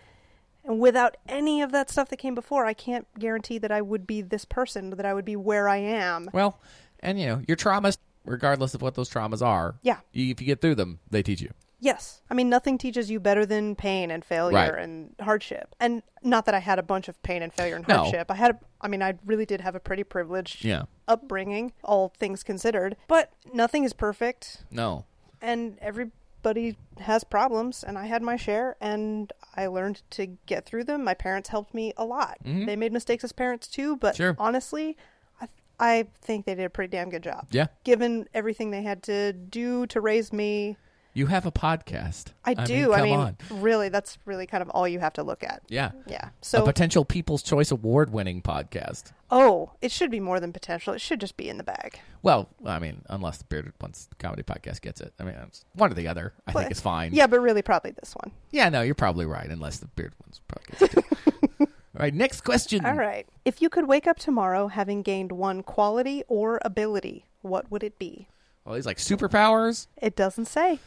D: And without any of that stuff that came before, I can't guarantee that I would be this person, that I would be where I am.
C: Well, and, you know, your traumas, regardless of what those traumas are,
D: Yeah.
C: you, if you get through them, they teach you.
D: Yes. I mean, nothing teaches you better than pain and failure
C: Right.
D: and hardship. And not that I had a bunch of pain and failure and
C: No.
D: hardship. I had, a, I mean, I really did have a pretty privileged
C: Yeah.
D: upbringing, all things considered. But nothing is perfect,
C: No.
D: and everybody has problems, and I had my share, and I learned to get through them. My parents helped me a lot. They made mistakes as parents too, but
C: Mm-hmm. Sure.
D: honestly, I, I think they did a pretty damn good job.
C: Yeah.
D: Given everything they had to do to raise me,
C: You have a podcast.
D: I
C: mean,
D: do.
C: come
D: I mean,
C: on.
D: really, that's really kind of all you have to look at.
C: Yeah.
D: Yeah.
C: a
D: So,
C: potential People's Choice Award winning podcast.
D: oh, it should be more than potential. It should just be in the bag.
C: Well, I mean, unless the Bearded Once Comedy Podcast gets it. I mean, it's one or the other. I think it's fine.
D: Yeah, but really, probably this one.
C: Yeah, no, you're probably right, unless the Bearded Ones Podcast gets it. too. All right, next question.
D: All right. If you could wake up tomorrow having gained one quality or ability, what would it be?
C: Well, these like superpowers.
D: It doesn't say.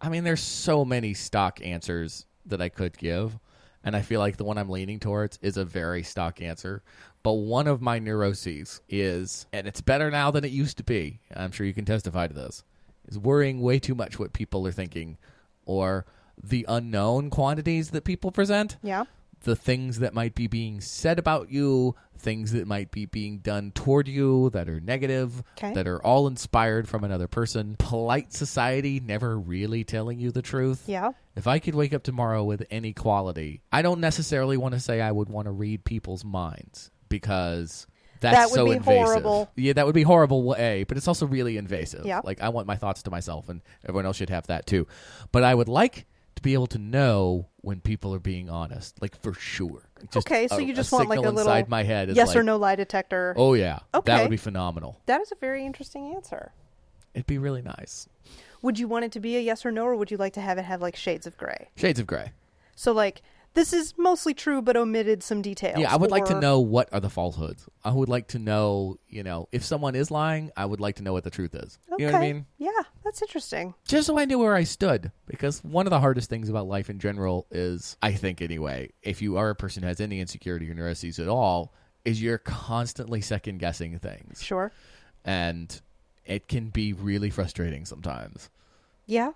C: I mean, there's so many stock answers that I could give. And I feel like the one I'm leaning towards is a very stock answer. But one of my neuroses is, and it's better now than it used to be. I'm sure you can testify to this, is worrying way too much what people are thinking or the unknown quantities that people present.
D: Yeah.
C: The things that might be being said about you, things that might be being done toward you that are negative,
D: Okay.
C: that are all inspired from another person. Polite society never really telling you the truth.
D: Yeah.
C: If I could wake up tomorrow with any quality, I don't necessarily want to say I would want to read people's minds because that's
D: That would
C: so
D: be
C: invasive.
D: horrible.
C: Yeah, that would be horrible. wa- A, but it's also really invasive.
D: Yeah.
C: like I want my thoughts to myself, and everyone else should have that too. But I would like to be able to know when people are being honest, like for sure. Just
D: okay, so
C: a-
D: you just
C: a
D: want like a
C: signal
D: little
C: inside my head is
D: yes or
C: like,
D: no lie detector.
C: Oh yeah, that
D: Okay.
C: would be phenomenal.
D: That is a very interesting answer.
C: It'd be really nice.
D: Would you want it to be a yes or no, or would you like to have it have like shades of gray?
C: Shades of gray.
D: So like this is mostly true, but omitted some details.
C: Yeah, I would like to
D: or-
C: know what are the falsehoods. I would like to know, you know, if someone is lying, I would like to know what the truth is. You know what I
D: Okay.
C: mean?
D: Yeah, that's interesting.
C: Just so I knew where I stood, because one of the hardest things about life in general is, I think anyway, if you are a person who has any insecurity or neuroses at all, is you're constantly second guessing things,
D: Sure.
C: and it can be really frustrating sometimes.
D: Yeah.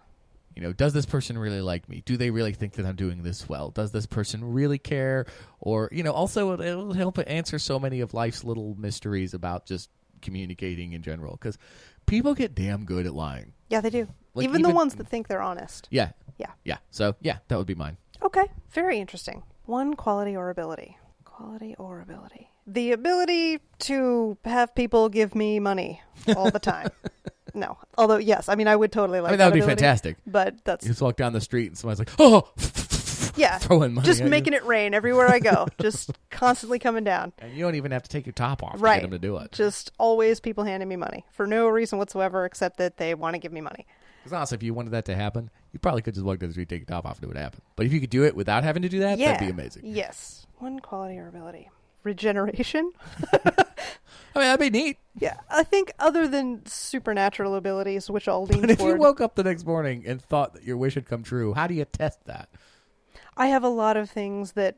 C: You know, does this person really like me? Do they really think that I'm doing this well? Does this person really care? Or, you know, also it- it'll help answer so many of life's little mysteries about just communicating in general because people get damn good at lying.
D: Yeah, they do.
C: Like,
D: even the
C: even-
D: ones that think they're honest.
C: Yeah.
D: Yeah.
C: Yeah. So, yeah, that would be mine.
D: Okay, very interesting. One quality or ability. Quality or ability. The ability to have people give me money all the time. no, although yes, I mean I would totally like.
C: I mean, that would be
D: ability,
C: fantastic.
D: But that's
C: You just walk down the street and someone's like, oh,
D: yeah,
C: throwing money.
D: just making it rain everywhere I go, just constantly coming down.
C: And you don't even have to take your top off to
D: Right,
C: get them to do it.
D: Just always people handing me money for no reason whatsoever, except that they want to give me money.
C: Because honestly, if you wanted that to happen, you probably could just walk down the street, take your top off, and it would happen. But if you could do it without having to do that,
D: yeah,
C: that'd be amazing.
D: Yes, one quality or ability. Regeneration.
C: I mean, that'd be neat.
D: Yeah, I think other than supernatural abilities, which all lean
C: But if you
D: toward,
C: woke up the next morning and thought that your wish had come true, how do you test that?
D: I have a lot of things that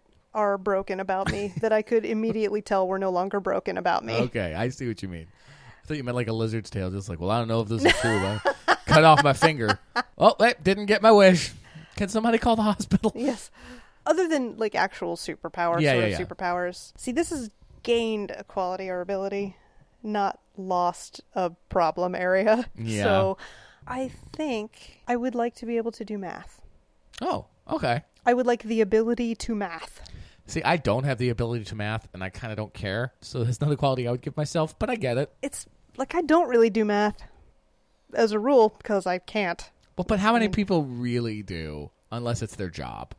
D: are broken about me that I could immediately tell were no longer broken about me.
C: Okay, I see what you mean. I thought you meant like a lizard's tail. Just like, well, I don't know if this is true. But I cut off my finger. Oh, wait, didn't get my wish. Can somebody call the hospital?
D: Yes. Other than like actual superpower
C: Yeah, yeah,
D: sort of
C: yeah.
D: superpowers. See, this is gained a quality or ability, not lost a problem area.
C: Yeah.
D: So I think I would like to be able to do math.
C: Oh, okay.
D: I would like the ability to math.
C: See, I don't have the ability to math, and I kind of don't care. So that's not a quality I would give myself, but I get it.
D: It's like I don't really do math as a rule because I can't.
C: Well, but how many people really do, unless it's their job?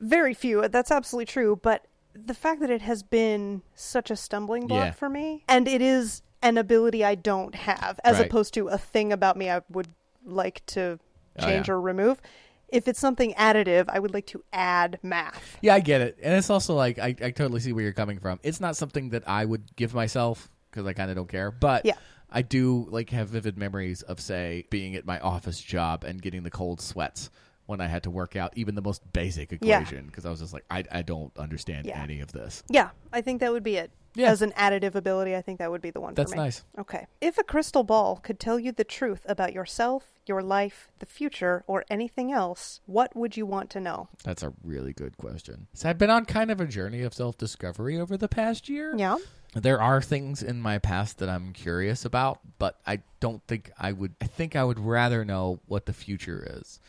D: Very few. That's absolutely true. But the fact that it has been such a stumbling block
C: Yeah.
D: for me, and it is an ability I don't have, as
C: Right.
D: opposed to a thing about me I would like to
C: Oh,
D: change
C: yeah.
D: or remove. If it's something additive, I would like to add math.
C: Yeah, I get it, and it's also like I, I totally see where you're coming from. It's not something that I would give myself because I kind of don't care, but
D: Yeah.
C: I do like have vivid memories of say being at my office job and getting the cold sweats when I had to work out even the most basic
D: Yeah.
C: equation because I was just like I I don't understand
D: Yeah.
C: any of this.
D: Yeah, I think that would be it.
C: Yeah.
D: As an additive ability, I think that would be the one
C: That's
D: for me.
C: nice.
D: Okay. If a crystal ball could tell you the truth about yourself, your life, the future, or anything else, what would you want to know?
C: That's a really good question. So I've been on kind of a journey of self discovery over the past year.
D: Yeah.
C: There are things in my past that I'm curious about, but I don't think I would. I think I would rather know what the future is.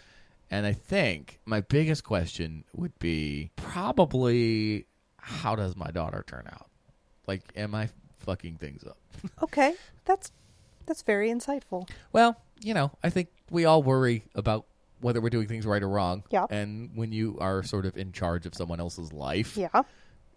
C: And I think my biggest question would be probably how does my daughter turn out? Like, am I fucking things up?
D: Okay. That's that's very insightful.
C: Well, you know, I think we all worry about whether we're doing things right or wrong.
D: Yeah.
C: And when you are sort of in charge of someone else's life,
D: Yeah.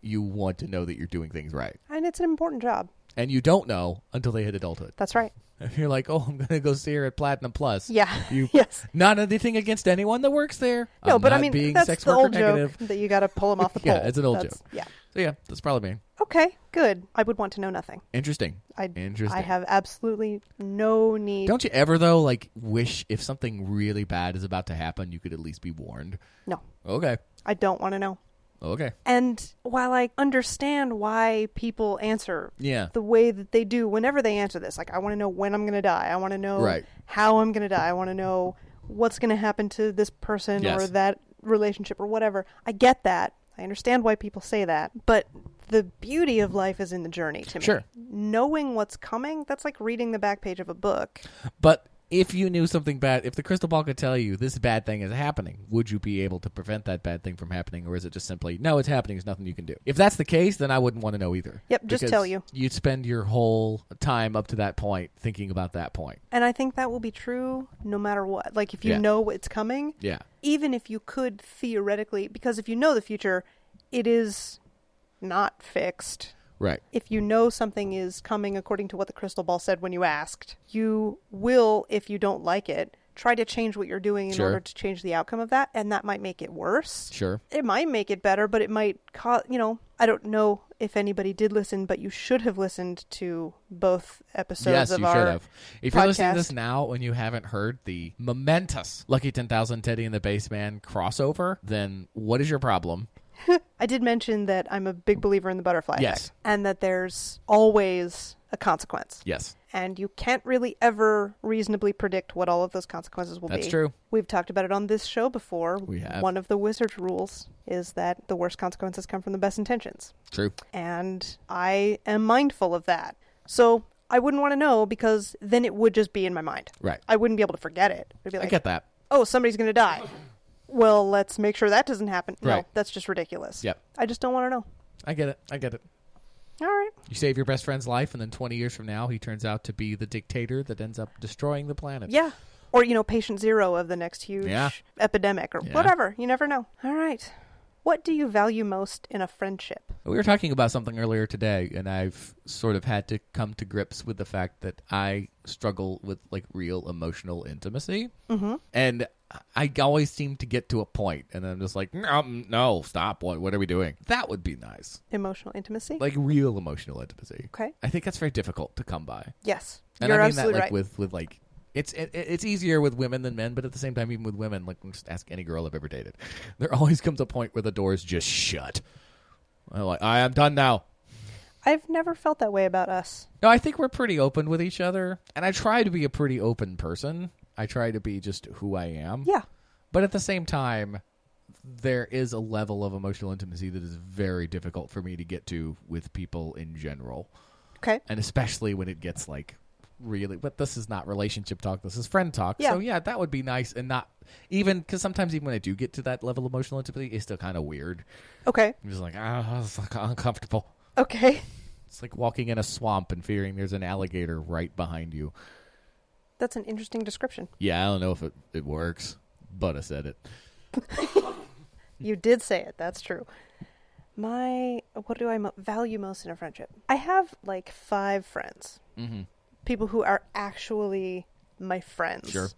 C: you want to know that you're doing things right.
D: And it's an important job.
C: And you don't know until they hit adulthood.
D: That's right.
C: If you're like, oh, I'm going to go see her at Platinum Plus.
D: Yeah.
C: You,
D: yes.
C: Not anything against anyone that works there.
D: No,
C: I'm
D: but I
C: not
D: mean
C: being
D: that's
C: sex
D: the
C: worker
D: old
C: negative.
D: joke that you got to pull them off the pole.
C: Yeah, it's an old
D: That's-
C: joke.
D: Yeah.
C: So yeah, that's probably me.
D: Okay. Good. I would want to know nothing.
C: Interesting.
D: I
C: Interesting.
D: I have absolutely no need.
C: Don't you ever though like wish if something really bad is about to happen, you could at least be warned?
D: No.
C: Okay.
D: I don't want to know.
C: Okay.
D: And while I understand why people answer
C: Yeah.
D: the way that they do whenever they answer this, like, I want to know when I'm going to die. I want to know
C: Right.
D: how I'm going to die. I want to know what's going to happen to this person
C: Yes.
D: or that relationship or whatever. I get that. I understand why people say that. But the beauty of life is in the journey to me.
C: Sure.
D: Knowing what's coming, that's like reading the back page of a book.
C: But if you knew something bad, if the crystal ball could tell you this bad thing is happening, would you be able to prevent that bad thing from happening, or is it just simply no, it's happening, there's nothing you can do? If that's the case, then I wouldn't want to know either.
D: Yep, just
C: Because
D: tell you.
C: You'd spend your whole time up to that point thinking about that point.
D: And I think that will be true no matter what. Like, if you
C: Yeah.
D: know what's coming,
C: Yeah,
D: even if you could theoretically, because if you know the future, it is not fixed.
C: right.
D: If you know something is coming according to what the crystal ball said when you asked, you will, if you don't like it, try to change what you're doing in
C: Sure.
D: order to change the outcome of that, and that might make it worse.
C: Sure.
D: It might make it better, but it might cause, you know, I don't know if anybody did listen, but you should have listened to both
C: yes,
D: episodes
C: you
D: of
C: should
D: our
C: have. If you're listening to this
D: podcast.
C: now and you haven't heard the momentous Lucky 10,000 Teddy and the Baseman crossover, then what is your problem?
D: I did mention that I'm a big believer in the butterfly
C: Yes.
D: effect and that there's always a consequence.
C: Yes.
D: And you can't really ever reasonably predict what all of those consequences will
C: That's
D: be.
C: true.
D: We've talked about it on this show before.
C: We have.
D: One of the wizard's rules is that the worst consequences come from the best intentions.
C: True.
D: And I am mindful of that. So I wouldn't want to know because then it would just be in my mind.
C: Right.
D: I wouldn't be able to forget it. It'd be
C: I
D: like,
C: get that.
D: oh, somebody's going to die. Well, let's make sure that doesn't happen. No,
C: Right.
D: that's just ridiculous.
C: Yep.
D: I just don't want to know.
C: I get it. I get it.
D: All right.
C: You save your best friend's life, and then 20 years from now, he turns out to be the dictator that ends up destroying the planet.
D: Yeah. Or, you know, patient zero of the next huge
C: Yeah.
D: epidemic or
C: Yeah.
D: whatever. You never know. All right. What do you value most in a friendship?
C: We were talking about something earlier today, and I've sort of had to come to grips with the fact that I struggle with like real emotional intimacy, mm-hmm. and I always seem to get to a point, and I'm just like, no, no, stop! What, what are we doing? That would be nice,
D: Emotional intimacy?
C: like real emotional intimacy.
D: Okay.
C: I think that's very difficult to come by.
D: yes.
C: And
D: You're
C: I mean
D: absolutely
C: that like
D: right.
C: with with like it's it, it's easier with women than men, but at the same time, even with women, like just ask any girl I've ever dated, there always comes a point where the door is just shut. I'm like, I am done now.
D: I've never felt that way about us.
C: No, I think we're pretty open with each other, and I try to be a pretty open person. I try to be just who I am.
D: Yeah.
C: But at the same time, there is a level of emotional intimacy that is very difficult for me to get to with people in general,
D: Okay.
C: and especially when it gets like really. But this is not relationship talk. This is friend talk.
D: Yeah.
C: So yeah, that would be nice, and not even because sometimes even when I do get to that level of emotional intimacy, it's still kind of weird.
D: Okay.
C: I'm just like ah, it's like uncomfortable.
D: Okay.
C: It's like walking in a swamp and fearing there's an alligator right behind you.
D: That's an interesting description.
C: Yeah, I don't know if it, it works, but I said it.
D: You did say it. That's true. My what do I mo- value most in a friendship? I have like five friends, mm-hmm. people who are actually my friends.
C: Sure.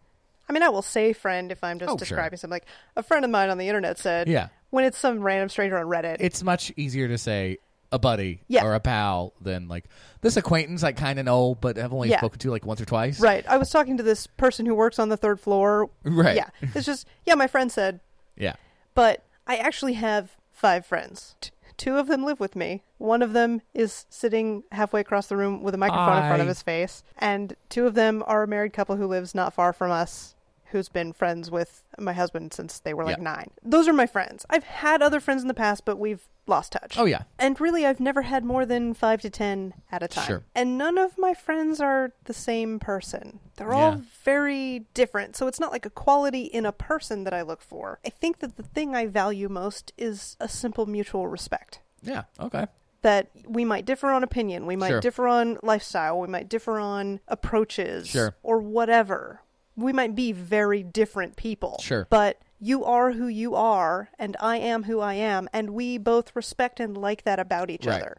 D: I mean, I will say friend if I'm just
C: Oh, sure.
D: describing something. Like a friend of mine on the internet said.
C: Yeah.
D: When it's some random stranger on Reddit.
C: It's much easier to say a buddy
D: Yeah.
C: or a pal than like this acquaintance I kind of know, but I've only
D: Yeah.
C: spoken to like once or twice.
D: right. I was talking to this person who works on the third floor.
C: Right.
D: Yeah. It's just yeah. My friend said
C: Yeah.
D: but I actually have five friends. T- two of them live with me. One of them is sitting halfway across the room with a microphone in front of
C: Hi.
D: his face, and two of them are a married couple who lives not far from us. Who's been friends with my husband since they were like
C: Yeah.
D: nine? Those are my friends. I've had other friends in the past, but we've lost touch.
C: Oh, yeah.
D: And really, I've never had more than five to ten at a time.
C: Sure.
D: And none of my friends are the same person. They're all
C: Yeah.
D: very different. So it's not like a quality in a person that I look for. I think that the thing I value most is a simple mutual respect.
C: Yeah. Okay.
D: That we might differ on opinion, we might
C: Sure.
D: differ on lifestyle, we might differ on approaches
C: Sure.
D: or whatever. We might be very different people.
C: Sure.
D: But you are who you are, and I am who I am, and we both respect and like that about each
C: Right.
D: other.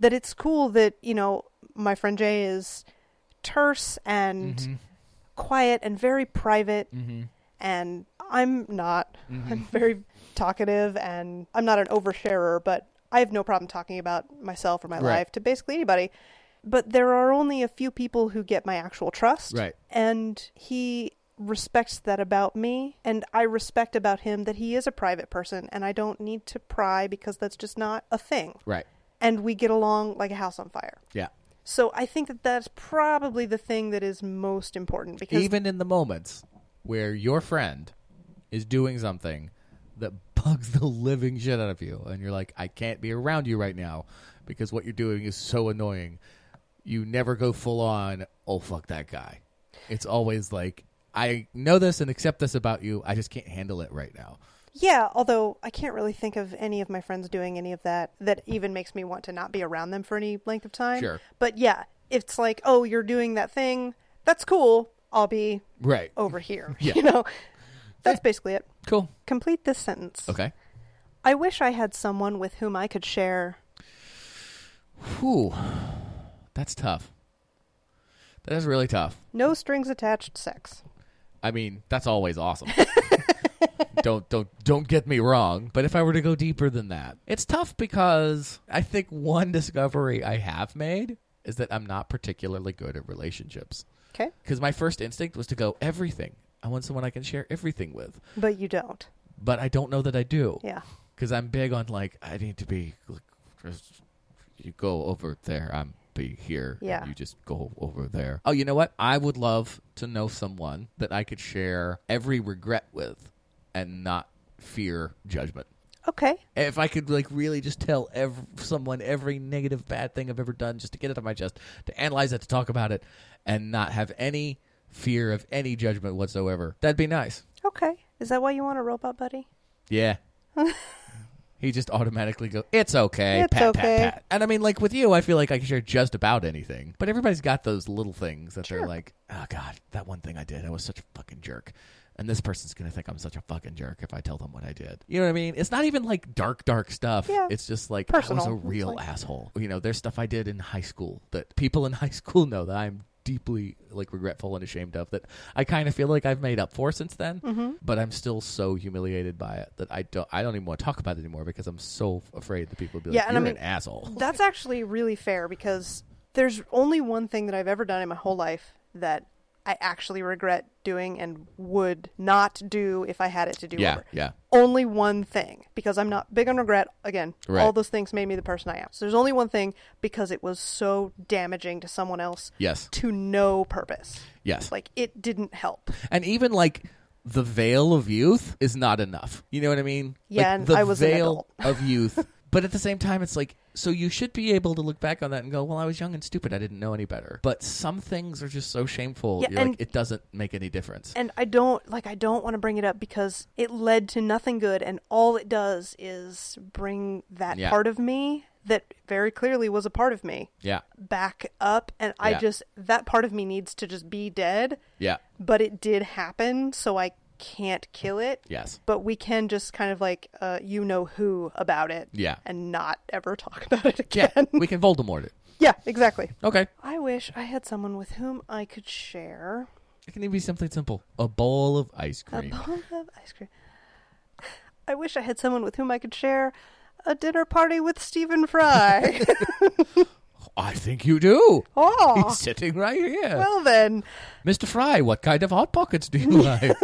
D: That it's cool that, you know, my friend Jay is terse and
C: Mm-hmm.
D: quiet and very private and i'm not
C: Mm-hmm.
D: i'm very talkative and i'm not an oversharer but i have no problem talking about myself or my
C: Right.
D: life to basically anybody but there are only a few people who get my actual trust
C: Right.
D: and he respects that about me and i respect about him that he is a private person and i don't need to pry because that's just not a thing
C: Right.
D: and we get along like a house on fire
C: Yeah.
D: so I think that that's probably the thing that is most important because
C: Even in the moments where your friend is doing something that bugs the living shit out of you, and you're like, I can't be around you right now because what you're doing is so annoying, you never go full on, oh, fuck that guy. It's always like, I know this and accept this about you. I just can't handle it right now.
D: yeah, although I can't really think of any of my friends doing any of that that even makes me want to not be around them for any length of time.
C: Sure.
D: But yeah, it's like, oh, you're doing that thing. That's cool. I'll be
C: Right.
D: over here.
C: Yeah.
D: You know. That's basically it.
C: Cool.
D: Complete this sentence.
C: Okay.
D: I wish I had someone with whom I could share.
C: Whew. That's tough. That is really tough.
D: No strings attached sex.
C: I mean, that's always awesome. don't don't don't get me wrong, but if I were to go deeper than that, it's tough because I think one discovery I have made is that I'm not particularly good at relationships.
D: Okay?
C: Cuz my first instinct was to go everything. I want someone I can share everything with,
D: But you don't.
C: but I don't know that I do.
D: Yeah.
C: Cuz I'm big on like I need to be like, just you go over there, I'm be here. and
D: Yeah.
C: You just go over there. Oh, you know what? I would love to know someone that I could share every regret with and not fear judgment.
D: Okay.
C: If I could like really just tell ev- someone every negative bad thing I've ever done just to get it off my chest, to analyze it, to talk about it and not have any fear of any judgment whatsoever. That'd be nice.
D: Okay. Is that why you want a robot buddy?
C: Yeah. he just automatically go, it's okay,
D: It's
C: pat,
D: okay.
C: pat, pat. And I mean, like with you, I feel like I can share just about anything. But everybody's got those little things that they're like, oh god, that one thing I did, I was such a fucking jerk. And this person's gonna think I'm such a fucking jerk if I tell them what I did. You know what I mean? It's not even like dark, dark stuff.
D: Yeah.
C: It's just like I
D: Personal.
C: was a
D: It's
C: real
D: like-
C: asshole. You know, there's stuff I did in high school that people in high school know that I'm deeply like regretful and ashamed of that I kind of feel like I've made up for since then.
D: Mm-hmm.
C: But I'm still so humiliated by it that I don't I don't even want to talk about it anymore because I'm so afraid that people will be
D: Yeah,
C: like,
D: and
C: You're
D: I mean-
C: an asshole.
D: That's actually really fair because there's only one thing that I've ever done in my whole life that I actually regret doing and would not do if I had it to do
C: Yeah,
D: over.
C: yeah.
D: Only one thing because I'm not big on regret. Again,
C: Right.
D: all those things made me the person I am. So there's only one thing because it was so damaging to someone else.
C: Yes.
D: To no purpose.
C: Yes.
D: Like it didn't help.
C: and even like the veil of youth is not enough. You know what I mean?
D: Yeah,
C: Like,
D: and
C: the
D: I was an
C: veil
D: adult.
C: of youth. But at the same time, it's like so you should be able to look back on that and go, "Well, I was young and stupid. I didn't know any better." But some things are just so shameful.
D: Yeah,
C: You're like,
D: and-
C: it doesn't make any difference.
D: And I don't like I don't want to bring it up because it led to nothing good and all it does is bring that
C: Yeah.
D: part of me that very clearly was a part of me
C: yeah,
D: back up and I
C: Yeah.
D: just that part of me needs to just be dead.
C: yeah,
D: But it did happen, so I can't kill it.
C: yes,
D: But we can just kind of like uh, you know who about it.
C: Yeah.
D: And not ever talk about it
C: yeah.
D: again.
C: we can Voldemort it.
D: yeah, exactly.
C: Okay,
D: I wish I had someone with whom I could share
C: it can even be something simple: a bowl of ice
D: A
C: cream.
D: bowl of ice cream. I wish I had someone with whom I could share a dinner party with Stephen Fry.
C: I think you do.
D: oh,
C: He's sitting right here,
D: well then,
C: Mr. Fry. What kind of hot pockets do you like?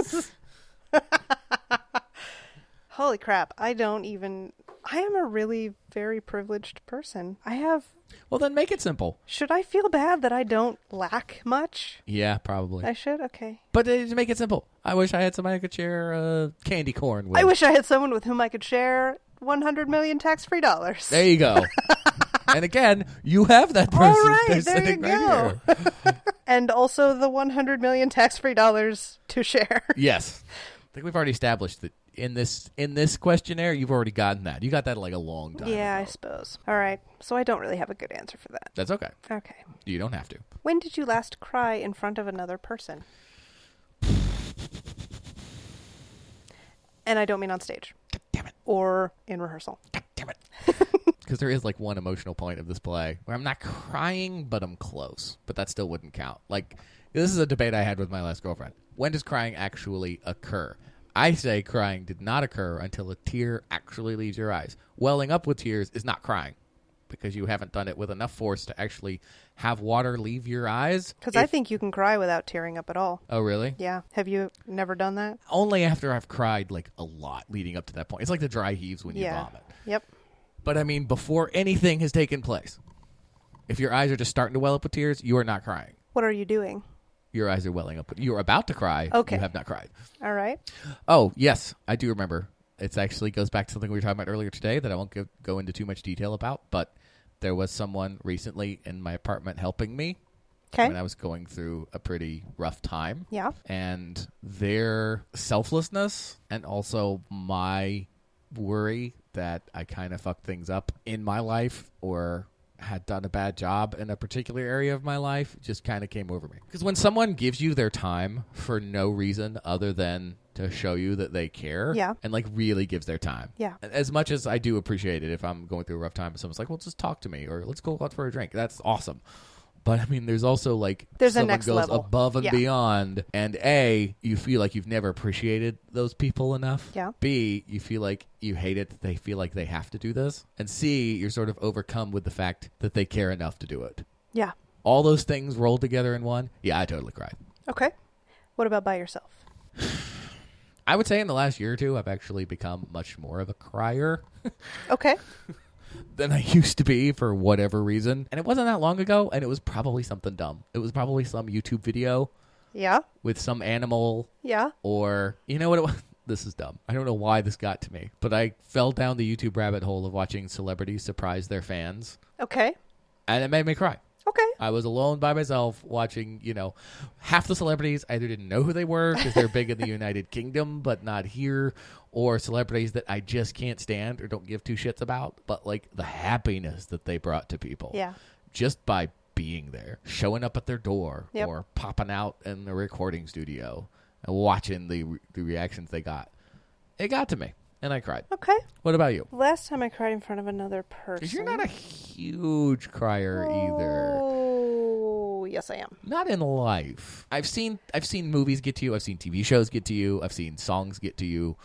D: holy crap! I don't even. I am a really very privileged person. I have.
C: well, then make it simple.
D: Should I feel bad that I don't lack much?
C: Yeah, probably.
D: I should. Okay.
C: But uh, to make it simple, I wish I had somebody I could share uh, candy corn with.
D: I wish I had someone with whom I could share 100 million tax-free dollars.
C: There you go. and again, you have that person.
D: All right,
C: They're
D: there you
C: sitting
D: go.
C: right here.
D: and also the 100 million tax-free dollars to share.
C: Yes, I think we've already established that in this in this questionnaire, you've already gotten that. You got that like a long time.
D: yeah, I
C: ago.
D: suppose. All right. So I don't really have a good answer for that.
C: that's okay.
D: Okay.
C: You don't have to.
D: When did you last cry in front of another person? And I don't mean on stage
C: God damn it!
D: or in rehearsal.
C: God damn it! Because there is like one emotional point of this play where I'm not crying, but I'm close. But that still wouldn't count. Like this is a debate I had with my last girlfriend. When does crying actually occur? I say crying did not occur until a tear actually leaves your eyes. Welling up with tears is not crying because you haven't done it with enough force to actually have water leave your eyes.
D: Because I think you can cry without tearing up at all.
C: Oh, really?
D: Yeah. Have you never done that?
C: Only after I've cried like a lot leading up to that point. It's like the dry heaves when
D: yeah.
C: you vomit.
D: Yep.
C: But I mean, before anything has taken place, if your eyes are just starting to well up with tears, you are not crying.
D: What are you doing?
C: Your eyes are welling up. You're about to cry.
D: Okay.
C: You have not cried.
D: All right.
C: Oh, yes. I do remember. It actually goes back to something we were talking about earlier today that I won't go, go into too much detail about, but there was someone recently in my apartment helping me
D: Okay.
C: when I was going through a pretty rough time.
D: Yeah.
C: And their selflessness and also my worry that I kind of fucked things up in my life or had done a bad job in a particular area of my life just kind of came over me. Because when someone gives you their time for no reason other than to show you that they care
D: Yeah.
C: and like really gives their time.
D: Yeah.
C: As much as I do appreciate it if I'm going through a rough time and someone's like, well, just talk to me or let's go out for a drink. That's awesome. But I mean, there's also like
D: There's a
C: someone
D: next
C: goes
D: level.
C: above and
D: Yeah.
C: beyond, and A, you feel like you've never appreciated those people enough.
D: Yeah.
C: B, you feel like you hate it. that They feel like they have to do this, and C, you're sort of overcome with the fact that they care enough to do it.
D: Yeah.
C: All those things rolled together in one. Yeah, I totally cried.
D: Okay. What about by yourself?
C: I would say in the last year or two, I've actually become much more of a crier.
D: Okay.
C: than I used to be for whatever reason. And it wasn't that long ago, and it was probably something dumb. It was probably some YouTube video
D: Yeah.
C: with some animal,
D: Yeah.
C: or you know what it was? This is dumb. I don't know why this got to me, but I fell down the YouTube rabbit hole of watching celebrities surprise their fans,
D: Okay.
C: and it made me cry.
D: Okay.
C: I was alone by myself watching, you know, half the celebrities I either didn't know who they were because they're big in the United Kingdom but not here, or celebrities that I just can't stand or don't give two shits about, but like the happiness that they brought to people.
D: Yeah.
C: Just by being there, showing up at their door
D: Yep.
C: or popping out in the recording studio and watching the, the reactions they got. It got to me and I cried.
D: Okay.
C: What about you?
D: Last time I cried in front of another person.
C: Because you're not a huge crier either.
D: Oh, yes, I am.
C: not in life. I've seen I've seen movies get to you. I've seen TV shows get to you. I've seen songs get to you.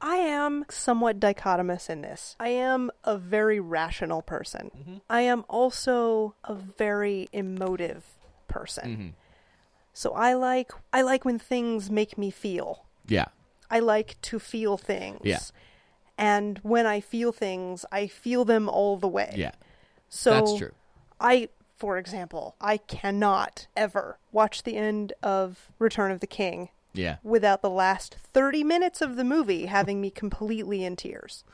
D: I am somewhat dichotomous in this. I am a very rational person.
C: Mm-hmm. Mm-hmm.
D: I am also a very emotive person. So I like I like when things make me feel.
C: Yeah.
D: I like to feel things.
C: Yeah.
D: And when I feel things, I feel them all the way.
C: Yeah.
D: So
C: That's true.
D: I, for example, I cannot ever watch the end of Return of the King
C: Yeah.
D: without the last 30 minutes of the movie having me completely in tears.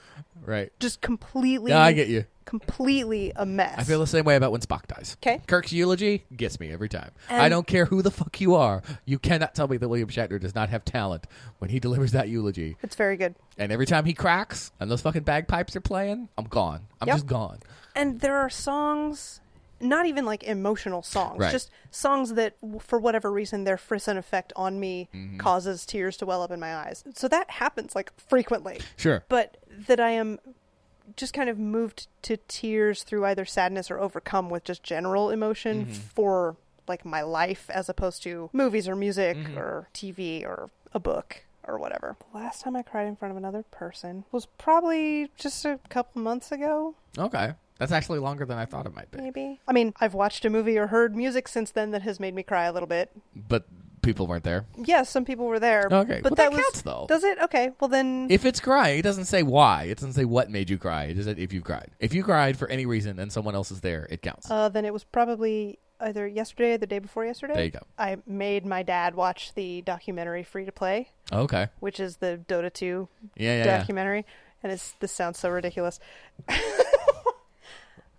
C: Right.
D: Just completely
C: Yeah, I get you.
D: Completely a mess.
C: I feel the same way about when Spock dies.
D: 'Kay.
C: Kirk's eulogy gets me every time. I
D: And-
C: don't care who the fuck you are. You cannot tell me that William Shatner does not have talent when he delivers that eulogy.
D: it's very good.
C: And every time he cracks and those fucking bagpipes are playing, I'm gone. I'm
D: Yep.
C: just gone.
D: And there are songs, not even like emotional songs,
C: Right.
D: just songs that, w- for whatever reason, their frisson effect on me
C: Mm-hmm.
D: causes tears to well up in my eyes. So that happens like frequently.
C: Sure.
D: But that I am just kind of moved to tears through either sadness or overcome with just general emotion
C: Mm-hmm.
D: for like my life as opposed to movies or music
C: Mm-hmm.
D: or TV or a book or whatever. The last time I cried in front of another person was probably just a couple months ago
C: Okay. That's actually longer than I thought it might be.
D: maybe. I mean, I've watched a movie or heard music since then that has made me cry a little bit.
C: But people weren't there.
D: Yeah, some people were there.
C: Okay, well,
D: but
C: that
D: was,
C: counts, though.
D: Does it? Okay, well then.
C: If it's crying, it doesn't say why. It doesn't say what made you cry. It just said if you cried. If you cried for any reason and someone else is there, it counts.
D: uh, then it was probably either yesterday or the day before yesterday.
C: There you go.
D: I made my dad watch the documentary Free to Play,
C: okay.
D: which is the Dota 2
C: Yeah, yeah, yeah.
D: documentary. And it's, this sounds so ridiculous.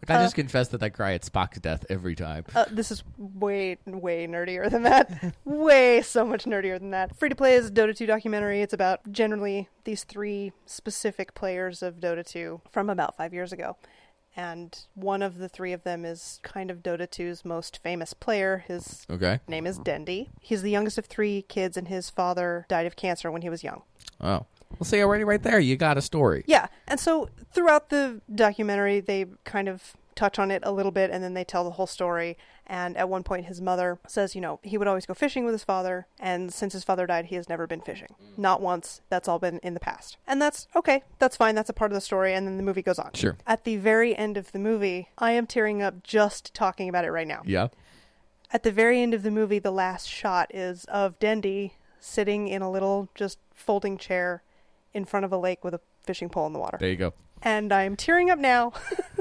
C: I just confess that I cry at Spock's death every time.
D: Uh, this is way, way nerdier than that. way so much nerdier than that. Free to Play is a Dota 2 documentary. It's about generally these three specific players of Dota 2 from about five years ago. And one of the three of them is kind of Dota 2's most famous player. His
C: Okay.
D: name is
C: Mm-hmm.
D: Dendy. He's the youngest of three kids, and his father died of cancer when he was young.
C: Oh. Well, see, already right there, you got a story.
D: Yeah. And so throughout the documentary, they kind of touch on it a little bit and then they tell the whole story. And at one point, his mother says, you know, he would always go fishing with his father. And since his father died, he has never been fishing.
C: Mm.
D: Not once. That's all been in the past. And that's okay. That's fine. That's a part of the story. And then the movie goes on.
C: Sure.
D: At the very end of the movie, I am tearing up just talking about it right now.
C: Yeah.
D: At the very end of the movie, the last shot is of Dendy sitting in a little just folding chair in front of a lake with a fishing pole in the water
C: There you go.
D: and I'm tearing up now.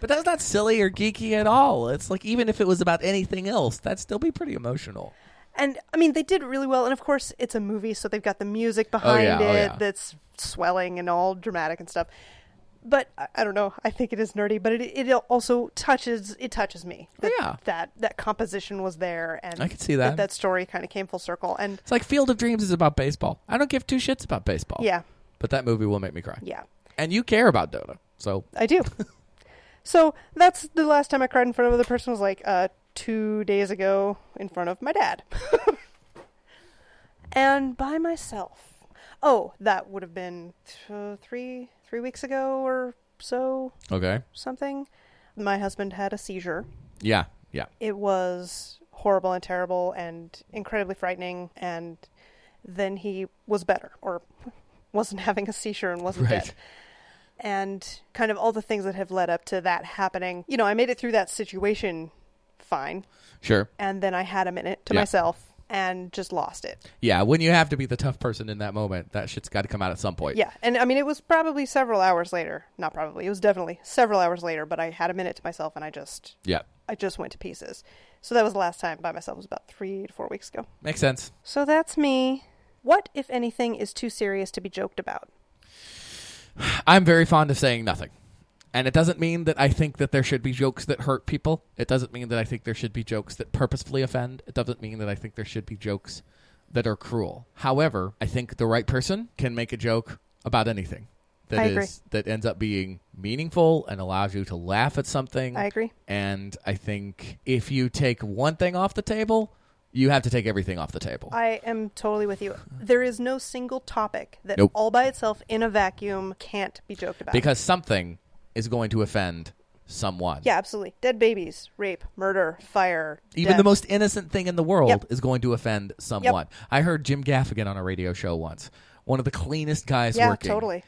C: But that's not silly or geeky at all. It's like even if it was about anything else, that'd still be pretty emotional.
D: and I mean, they did really well. And of course, it's a movie, so they've got the music behind
C: yeah,
D: it
C: oh, yeah.
D: that's swelling and all dramatic and stuff. But I- I don't know. I think it is nerdy, but it it also touches it touches me. That,
C: yeah.
D: that that composition was there, and
C: I could see that.
D: that, story kind of came full circle. And
C: It's like Field of Dreams is about baseball. I don't give two shits about baseball.
D: yeah,
C: But that movie will make me cry.
D: yeah,
C: And you care about Dota. So
D: I do. so that's the last time I cried in front of another person was like uh, two days ago in front of my dad. and by myself. Oh, that would have been uh, three three weeks ago or so
C: Okay.
D: something. My husband had a seizure.
C: Yeah. Yeah.
D: It was horrible and terrible and incredibly frightening. And then he was better or wasn't having a seizure and wasn't
C: Right.
D: dead and kind of all the things that have led up to that happening. You know, I made it through that situation fine,
C: Sure.
D: and then I had a minute to
C: Yeah.
D: myself and just lost it.
C: Yeah, when you have to be the tough person in that moment, that shit's got to come out at some point.
D: Yeah, and I mean, it was probably several hours later. Not probably, it was definitely several hours later, but I had a minute to myself and I just,
C: Yeah.
D: I just went to pieces. So that was the last time by myself, it was about three to four weeks ago.
C: Makes sense.
D: So that's me. What, if anything, is too serious to be joked about?
C: I'm very fond of saying nothing. And it doesn't mean that I think that there should be jokes that hurt people. It doesn't mean that I think there should be jokes that purposefully offend. It doesn't mean that I think there should be jokes that are cruel. However, I think the right person can make a joke about anything that
D: I
C: is
D: agree.
C: that ends up being meaningful and allows you to laugh at something.
D: I agree.
C: And I think if you take one thing off the table, you have to take everything off the table.
D: I am totally with you. There is no single topic that
C: Nope.
D: all by itself in a vacuum can't be joked about.
C: because something is going to offend someone.
D: yeah, absolutely. Dead babies, rape, murder, fire.
C: Even the
D: death.
C: most innocent thing in the world
D: Yep.
C: is going to offend someone. I heard Jim Gaffigan on a radio show once, one of the cleanest guys
D: Yeah,
C: working.
D: totally.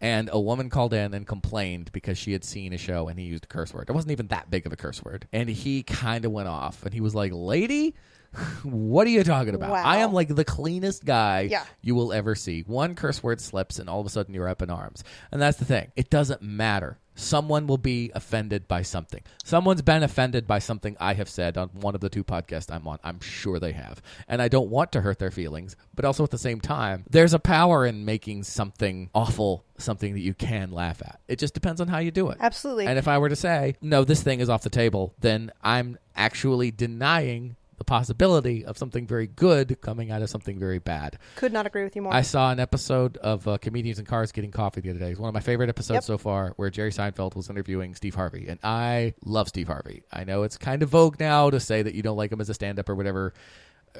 C: And a woman called in and complained because she had seen a show and he used a curse word. It wasn't even that big of a curse word. And he kind of went off and he was like, Lady, What are you talking about?
D: Wow.
C: I am like the cleanest guy
D: Yeah.
C: you will ever see. One curse word slips, and all of a sudden you're up in arms. And that's the thing. It doesn't matter. Someone will be offended by something. Someone's been offended by something I have said on one of the two podcasts I'm on. I'm sure they have. And I don't want to hurt their feelings. But also at the same time, there's a power in making something awful something that you can laugh at. It just depends on how you do it.
D: Absolutely.
C: And if I were to say, no, this thing is off the table, then I'm actually denying the possibility of something very good coming out of something very bad.
D: Could not agree with you more.
C: I saw an episode of uh, Comedians in Cars Getting Coffee the other day. It's one of my favorite episodes
D: Yep.
C: so far where Jerry Seinfeld was interviewing Steve Harvey. And I love Steve Harvey. I know it's kind of vogue now to say that you don't like him as a stand up or whatever,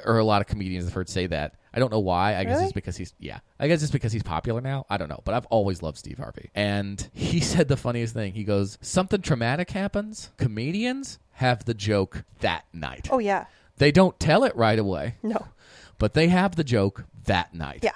C: or a lot of comedians have heard say that. I don't know why. I guess
D: Really?
C: it's because he's, yeah. I guess it's because he's popular now. I don't know. But I've always loved Steve Harvey. And he said the funniest thing. He goes, Something traumatic happens. Comedians have the joke that night.
D: oh, yeah.
C: They don't tell it right away,
D: No.
C: but they have the joke that night.
D: Yeah.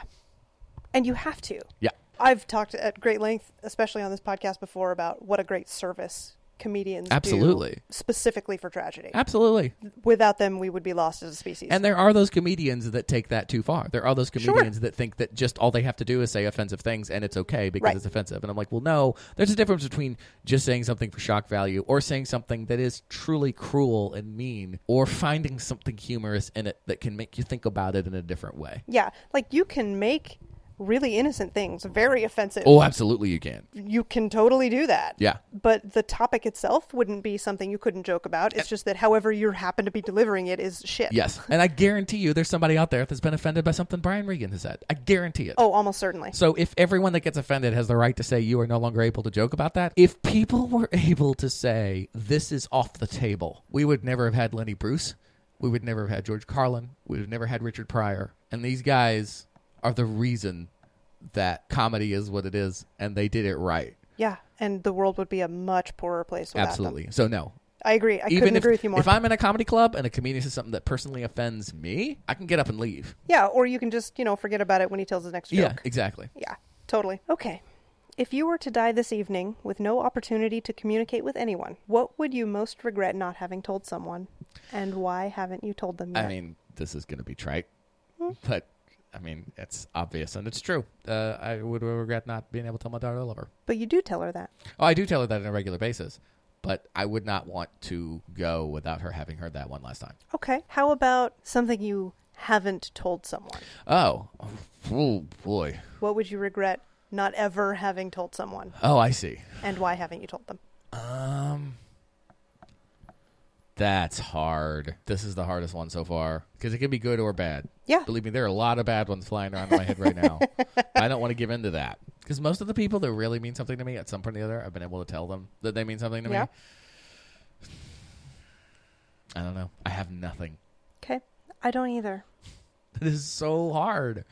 D: And you have to.
C: Yeah.
D: I've talked at great length, especially on this podcast before, about what a great service comedians do
C: Absolutely.
D: specifically for tragedy.
C: Absolutely.
D: Without them, we would be lost as a species.
C: And there are those comedians that take that too far. There are those comedians that think that just all they have to do is say offensive things and it's okay because
D: Right.
C: it's offensive. And I'm like, well, no, there's a difference between just saying something for shock value or saying something that is truly cruel and mean or finding something humorous in it that can make you think about it in a different way.
D: yeah, like you can make really innocent things very offensive.
C: Oh, absolutely, you can.
D: You can totally do that.
C: Yeah.
D: But the topic itself wouldn't be something you couldn't joke about. It's just that however you happen to be delivering it is shit.
C: Yes. And I guarantee you there's somebody out there that's been offended by something Brian Regan has said. I guarantee it.
D: Oh, almost certainly.
C: So if everyone that gets offended has the right to say you are no longer able to joke about that, if people were able to say this is off the table, we would never have had Lenny Bruce, we would never have had George Carlin, we would have never had Richard Pryor, and these guys are the reason that comedy is what it is, and they did it right.
D: Yeah. And the world would be a much poorer place without them.
C: Absolutely. So no.
D: I agree. I couldn't
C: Even if,
D: agree with you more.
C: if I'm in a comedy club and a comedian says something that personally offends me, I can get up and leave.
D: Yeah, or you can just, you know, forget about it when he tells the next
C: Yeah,
D: joke.
C: exactly.
D: Yeah, totally. Okay. If you were to die this evening with no opportunity to communicate with anyone, what would you most regret not having told someone? And why haven't you told them yet?
C: I mean, this is going to be trite, but I mean, it's obvious and it's true. Uh, I would regret not being able to tell my daughter I love her.
D: but you do tell her that.
C: Oh, I do tell her that on a regular basis, but I would not want to go without her having heard that one last time.
D: Okay. How about something you haven't told someone?
C: Oh, oh boy.
D: What would you regret not ever having told someone?
C: Oh, I see.
D: And why haven't you told them?
C: That's hard. This is the hardest one so far because it can be good or bad.
D: Yeah.
C: Believe me, there are a lot of bad ones flying around in my head right now. I don't want to give in to that because most of the people that really mean something to me at some point or the other, I've been able to tell them that they mean something to
D: Yeah.
C: me. I don't know. I have nothing.
D: Okay. I don't either.
C: This is so hard.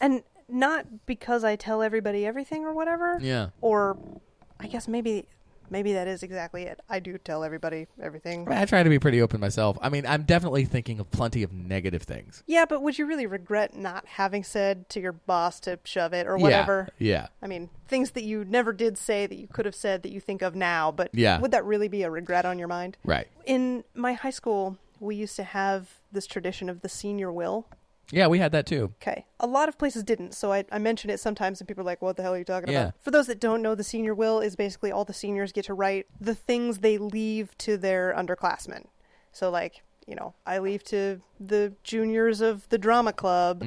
D: And not because I tell everybody everything or whatever.
C: Yeah.
D: Or I guess maybe maybe that is exactly it. I do tell everybody everything.
C: I, mean, I try to be pretty open myself. I mean, I'm definitely thinking of plenty of negative things.
D: Yeah, but would you really regret not having said to your boss to shove it or
C: Yeah.
D: whatever?
C: Yeah.
D: I mean, things that you never did say that you could have said that you think of now, but
C: Yeah.
D: would that really be a regret on your mind?
C: Right.
D: In my high school, we used to have this tradition of the senior will.
C: Yeah, we had that too.
D: Okay. A lot of places didn't, so I, I mention it sometimes, and people are like, "What the hell are you talking
C: Yeah.
D: about?" For those that don't know, the senior will is basically all the seniors get to write the things they leave to their underclassmen. So, like, you know, I leave to the juniors of the drama club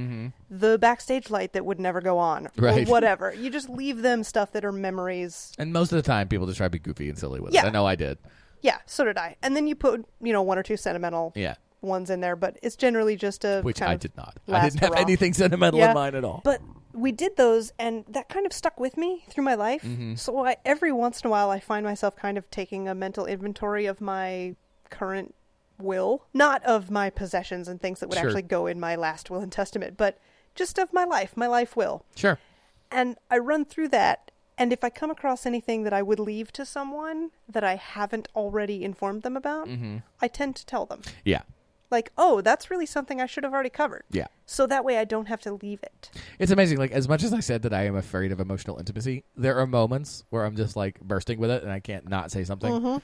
D: the backstage light that would never go on,
C: Mm-hmm. Right.
D: or whatever. You just leave them stuff that are memories.
C: And most of the time, people just try to be goofy and silly with it.
D: Yeah.
C: I know I did.
D: Yeah. So did I. And then you put, you know, one or two sentimental
C: Yeah.
D: ones in there, but it's generally just a
C: Which
D: kind
C: I
D: of
C: did not. I
D: last
C: didn't have
D: hurrah.
C: anything sentimental
D: Yeah.
C: in mind at all.
D: But we did those, and that kind of stuck with me through my life.
C: Mm-hmm.
D: So I, every once in a while, I find myself kind of taking a mental inventory of my current will, not of my possessions and things that would
C: Sure.
D: actually go in my last will and testament, but just of my life, my life will.
C: Sure.
D: And I run through that. And if I come across anything that I would leave to someone that I haven't already informed them about,
C: Mm-hmm.
D: I tend to tell them.
C: Yeah.
D: Like, oh, that's really something I should have already covered.
C: Yeah.
D: So that way I don't have to leave it.
C: It's amazing. Like as much as I said that I am afraid of emotional
D: Mm-hmm.
C: intimacy, there are moments where I'm just like bursting with it and I can't not say something.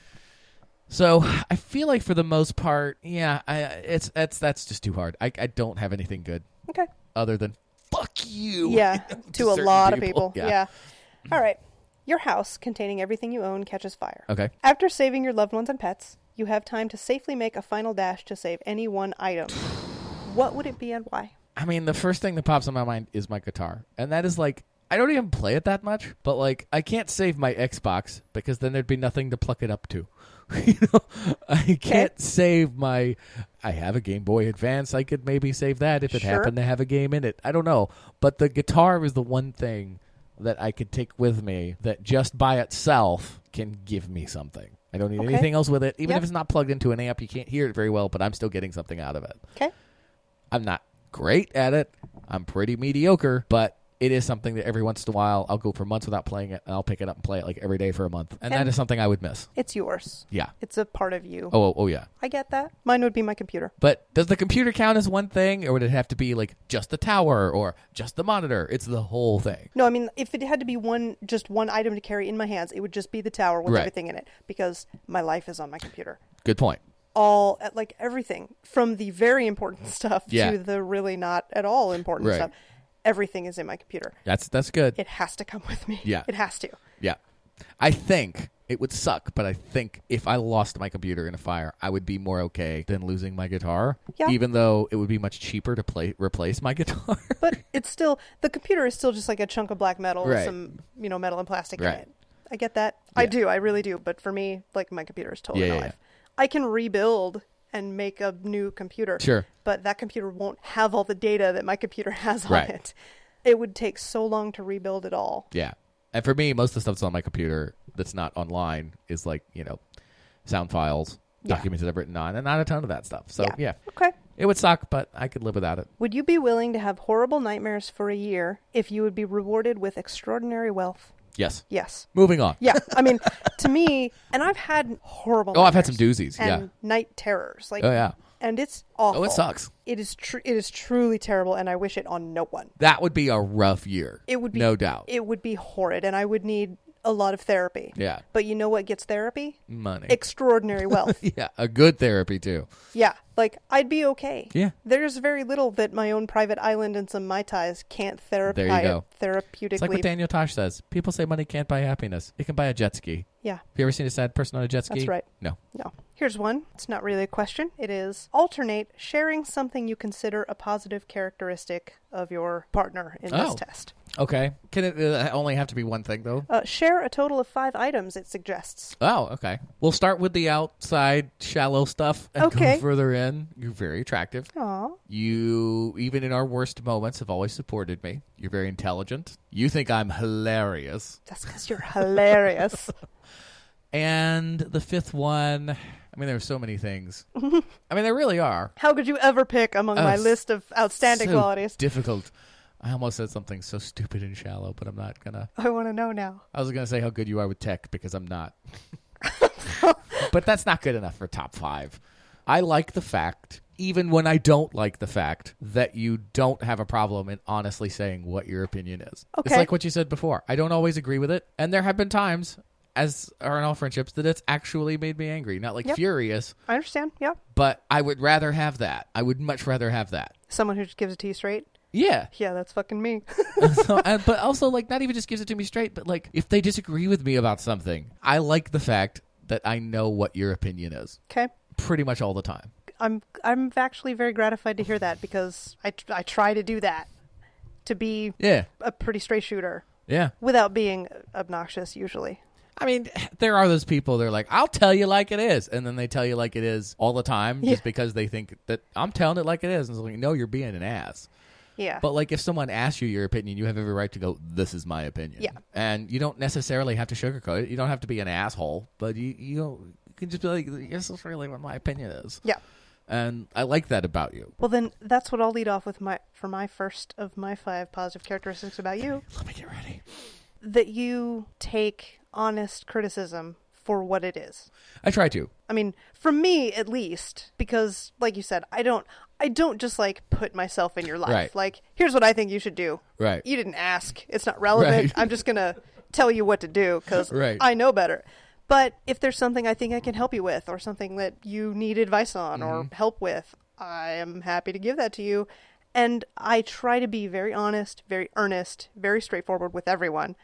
C: So I feel like for the most part, yeah, I, it's that's that's just too hard. I, I don't have anything good
D: Okay.
C: other than fuck you.
D: Yeah, to a
C: certain
D: lot
C: people.
D: of people. Yeah. All right. Your house containing everything you own catches fire.
C: Okay.
D: After saving your loved ones and pets, you have time to safely make a final dash to save any one item. what would it be and why?
C: I mean, the first thing that pops in my mind is my guitar, and that is like I don't even play it that much, but like I can't save my Xbox because then there'd be nothing to pluck it up to. you know, I can't save my. I have a Game Boy Advance. I could maybe save that if it
D: Sure.
C: happened to have a game in it. I don't know, but the guitar is the one thing that I could take with me that just by itself can give me something. I don't need
D: Okay.
C: anything else with it. Even
D: Yep.
C: if it's not plugged into an amp, you can't hear it very well, but I'm still getting something out of it.
D: Okay.
C: I'm not great at it. I'm pretty mediocre, but it is something that every once in a while I'll go for months without playing it, and I'll pick it up and play it like every day for a month, and that
D: And-
C: is something I would miss.
D: It's yours.
C: Yeah.
D: It's a part of you.
C: Oh, oh, oh, yeah.
D: I get that. Mine would be my computer.
C: But does the computer count as one thing, or would it have to be like just the tower or just the monitor? It's the whole thing.
D: No, I mean, if it had to be one, just one item to carry in my hands, it would just be the tower with
C: Right.
D: everything in it because my life is on my computer.
C: Good point.
D: all like everything from the very important stuff
C: Yeah.
D: to the really not at all important
C: Right.
D: stuff. Everything is in my computer.
C: That's that's good.
D: It has to come with me.
C: Yeah.
D: It has to.
C: yeah, I think it would suck, but I think if I lost my computer in a fire, I would be more okay than losing my guitar.
D: Yeah.
C: Even though it would be much cheaper to play replace my guitar.
D: But it's still the computer is still just like a chunk of black metal
C: Right.
D: with some, you know, metal and plastic
C: Right.
D: in it. I get that. I do. I really do. But for me, like my computer is totally
C: Yeah,
D: my
C: yeah,
D: life. I can rebuild and make a new computer.
C: Sure.
D: But that computer won't have all the data that my computer has on
C: Right.
D: it. It would take so long to rebuild it all.
C: Yeah. And for me, most of the stuff that's on my computer that's not online is like, you know, sound files,
D: Yeah.
C: documents that I've written on, and not a ton of that stuff. So, yeah.
D: Okay.
C: It would suck, but I could live without it.
D: Would you be willing to have horrible nightmares for a year if you would be rewarded with extraordinary wealth?
C: Yes.
D: Yes.
C: Moving on.
D: Yeah. I mean, to me, and I've had horrible.
C: Oh, I've had some
D: nightmares
C: doozies,
D: And
C: yeah.
D: Night terrors. Like.
C: Oh, yeah. Oh,
D: And it's awful.
C: sucks.
D: It is. Tr- it is truly terrible, and I wish it on no one.
C: That would be a rough year.
D: It would be
C: No doubt.
D: It would be horrid, and I would need a lot of therapy.
C: Yeah. Mm.
D: But you know what gets therapy?
C: Money.
D: Extraordinary wealth.
C: yeah. A good therapy, too.
D: Yeah, like I'd be okay.
C: Yeah.
D: There's very little that my own private island and some Mai Tais can't therapize
C: There you go.
D: therapeutically.
C: It's like what Daniel Tosh says people say money can't buy happiness, it can buy a jet ski.
D: yeah.
C: Have you ever seen a sad person on a jet ski?
D: That's right.
C: No.
D: No. Here's one. It's not really a question. It is alternate sharing something you consider a positive characteristic of your partner in
C: Oh.
D: this test.
C: Okay. Can it uh, only have to be one thing, though?
D: Uh, share a total of five items, it suggests.
C: Oh, okay. We'll start with the outside shallow stuff and
D: Okay. Oh.
C: go further in. You're very attractive.
D: Aw.
C: You, even in our worst moments, have always supported me. You're very intelligent. You think I'm hilarious.
D: That's because you're hilarious.
C: And the fifth one, I mean, there are so many things. I mean, there really are.
D: How could you ever pick among
C: Oh,
D: my
C: s-
D: list of outstanding
C: So
D: qualities?
C: Difficult. I almost said something so stupid and shallow, but I'm not gonna.
D: I want to know now.
C: I was gonna say how good you are with tech because I'm not. but that's not good enough for top five. I like the fact, even when I don't like the fact, that you don't have a problem in honestly saying what your opinion is. It's
D: Okay.
C: like what you said before. I don't always agree with it, and there have been times, as are in all friendships, that it's actually made me angry, not like
D: Yep.
C: furious.
D: I understand. Yeah.
C: But I would rather have that. I would much rather have that.
D: Someone who just gives it to you straight.
C: Yeah.
D: Yeah, that's fucking me.
C: so, and, but also like not even just gives it to me straight but like if they disagree with me about something i like the fact that i know what your opinion is
D: okay.
C: pretty much all the time
D: I'm I'm actually very gratified to hear that because I tr- I try to do that to be
C: yeah
D: a pretty straight shooter
C: yeah
D: without being obnoxious usually.
C: i mean there are those people they're like i'll tell you like it is and then they tell you like it is all the time
D: Yeah.
C: just because they think that i'm telling it like it is and it's like no you're being an ass
D: Yeah.
C: but like if someone asks you your opinion you have every right to go this is my opinion
D: Yeah.
C: and you don't necessarily have to sugarcoat it you don't have to be an asshole but you you, don't, you can just be like this is really what my opinion is
D: yeah.
C: and I like that about you.
D: Well then that's what I'll lead off with my for my first of my five positive characteristics about you
C: Let me get ready.
D: that you take honest criticism for what it is.
C: I try to.
D: I mean, for me at least, because like you said, I don't I don't just like put myself in your life.
C: Right.
D: Like, here's what I think you should do.
C: Right.
D: You didn't ask. It's not relevant.
C: Right.
D: I'm just gonna tell you what to do because
C: Right.
D: I know better. But if there's something I think I can help you with, or something that you need advice on or help with, I am happy to give that to you. And I try to be very honest, very earnest, very straightforward with everyone.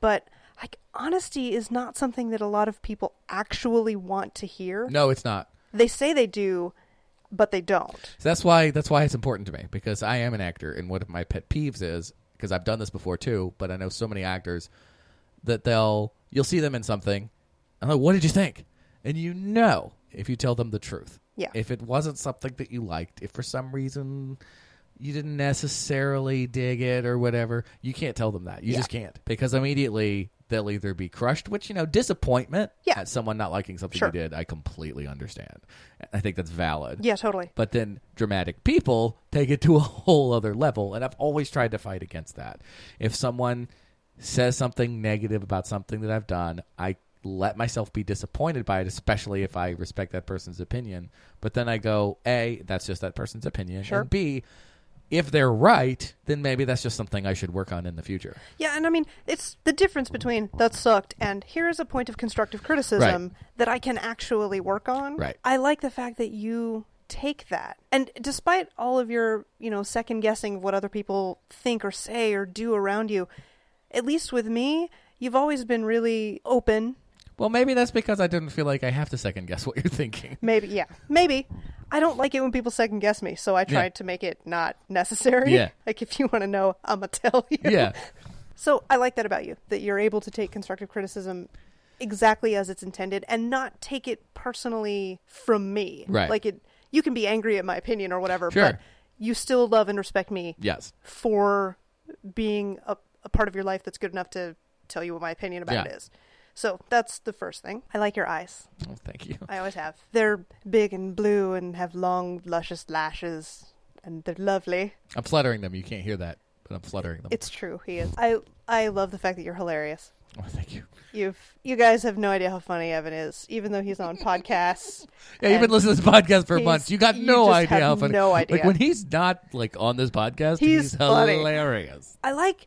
D: But like honesty is not something that a lot of people actually want to hear.
C: No, it's not.
D: They say they do, but they don't.
C: So that's why that's why it's important to me because I am an actor, and one of my pet peeves is because I've done this before too. But I know so many actors that they'll you'll see them in something, and like, what did you think? And you know if you tell them the truth.
D: Yeah.
C: If it wasn't something that you liked, if for some reason you didn't necessarily dig it or whatever, you can't tell them that. You just can't because immediately they'll either be crushed, which you know, disappointment
D: Yeah.
C: at someone not liking something
D: Sure.
C: you did. I completely understand. I think that's valid.
D: Yeah, totally.
C: But then dramatic people take it to a whole other level. And I've always tried to fight against that. If someone says something negative about something that I've done, I let myself be disappointed by it, especially if I respect that person's opinion. But then I go, A, that's just that person's opinion.
D: Sure.
C: And B, if they're right, then maybe that's just something I should work on in the future.
D: Yeah, and I mean, it's the difference between that sucked and here is a point of constructive criticism that I can actually work on.
C: Right.
D: I like the fact that you take that. And despite all of your, you know, second guessing of what other people think or say or do around you, at least with me, you've always been really open.
C: Well, maybe that's because I didn't feel like I have to second guess what you're thinking.
D: Maybe, yeah, maybe. I don't like it when people second guess me, so I try
C: Yeah.
D: to make it not necessary.
C: Yeah.
D: Like, if you want to know, I'm going to tell you.
C: yeah.
D: So I like that about you that you're able to take constructive criticism exactly as it's intended and not take it personally from me.
C: Right.
D: Like it you can be angry at my opinion or whatever,
C: Sure.
D: but you still love and respect me
C: Yes.
D: for being a, a part of your life that's good enough to tell you what my opinion about
C: Yeah.
D: it is. So that's the first thing. I like your eyes.
C: Oh, thank you.
D: I always have. They're big and blue and have long, luscious lashes, and they're lovely.
C: I'm fluttering them. You can't hear that, but I'm fluttering them.
D: It's true. He is. I I love the fact that you're hilarious.
C: Oh, thank you.
D: You've you guys have no idea how funny Evan is, even though he's on podcasts.
C: Yeah, you've been
D: And
C: listening to this podcast for
D: he's-
C: months. You got
D: you
C: no
D: just
C: idea
D: have
C: how funny.
D: no idea.
C: Like when he's not like on this podcast,
D: He's
C: he's,
D: funny.
C: hilarious.
D: I like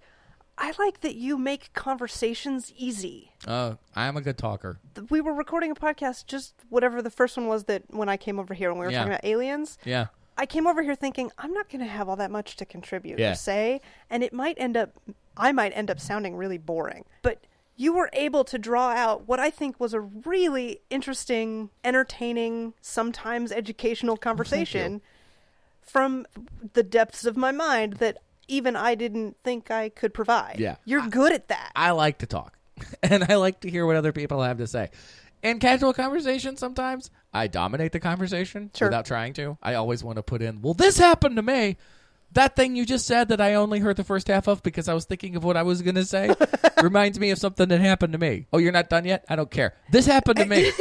D: I like that you make conversations easy.
C: Oh, I'm a good talker.
D: Th- We were recording a podcast, just whatever the first one was that when I came over here and we were
C: Yeah.
D: talking about aliens.
C: Yeah,
D: I came over here thinking I'm not going to have all that much to contribute
C: Yeah.
D: or say, and it might end up I might end up sounding really boring. But you were able to draw out what I think was a really interesting, entertaining, sometimes educational conversation from the depths of my mind that even I didn't think I could provide.
C: Yeah.
D: You're good at that.
C: I like to talk, and I like to hear what other people have to say. In casual conversation, sometimes I dominate the conversation
D: Sure.
C: without trying to. I always want to put in, "Well, this happened to me." That thing you just said that I only heard the first half of because I was thinking of what I was going to say reminds me of something that happened to me. Oh, you're not done yet? I don't care. This happened to me.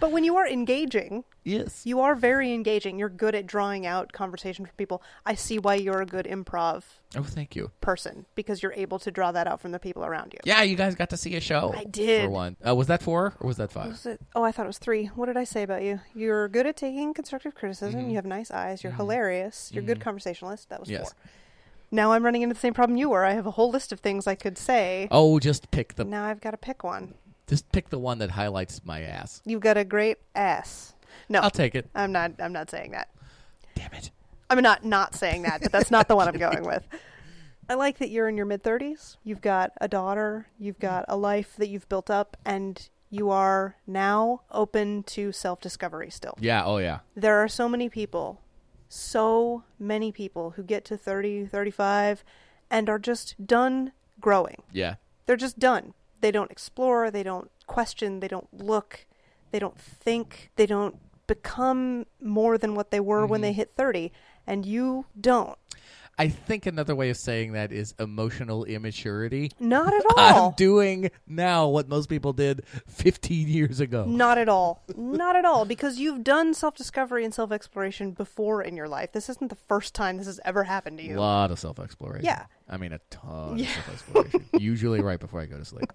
D: but when you are engaging,
C: yes.
D: you are very engaging. You're good at drawing out conversation from people. I see why you're a good improv
C: Oh, thank you.
D: person because you're able to draw that out from the people around you.
C: Yeah, you guys got to see a show.
D: I did.
C: For one. Uh, was that four or was that five?
D: Was it- oh, I thought it was three. What did I say about you? You're good at taking constructive criticism.
C: Mm-hmm.
D: You have nice eyes. You're hilarious. You're a good conversationalist. That was
C: Yes.
D: four. Now I'm running into the same problem you were. I have a whole list of things I could say.
C: Oh, just pick the
D: Now I've got to pick one.
C: just pick the one that highlights my ass.
D: You've got a great ass. No,
C: I'll take it.
D: I'm not. I'm not saying that.
C: Damn it.
D: I'm not not saying that, but that's not the one I'm going with. I like that you're in your mid 30s. You've got a daughter, you've got a life that you've built up, and you are now open to self discovery still.
C: Yeah, oh yeah.
D: There are so many people, so many people who get to 30, 35 and are just done growing.
C: Yeah.
D: They're just done. They don't explore, they don't question, they don't look, they don't think, they don't become more than what they were when
C: Mm-hmm.
D: they hit 30, and you don't.
C: I think another way of saying that is emotional immaturity.
D: Not at all.
C: I'm doing now what most people did 15 years ago.
D: Not at all. Not at all. Because you've done self discovery and self exploration before in your life. This isn't the first time this has ever happened to
C: A
D: you.
C: lot of self exploration.
D: Yeah.
C: I mean, a ton of self exploration. Usually right before I go to sleep.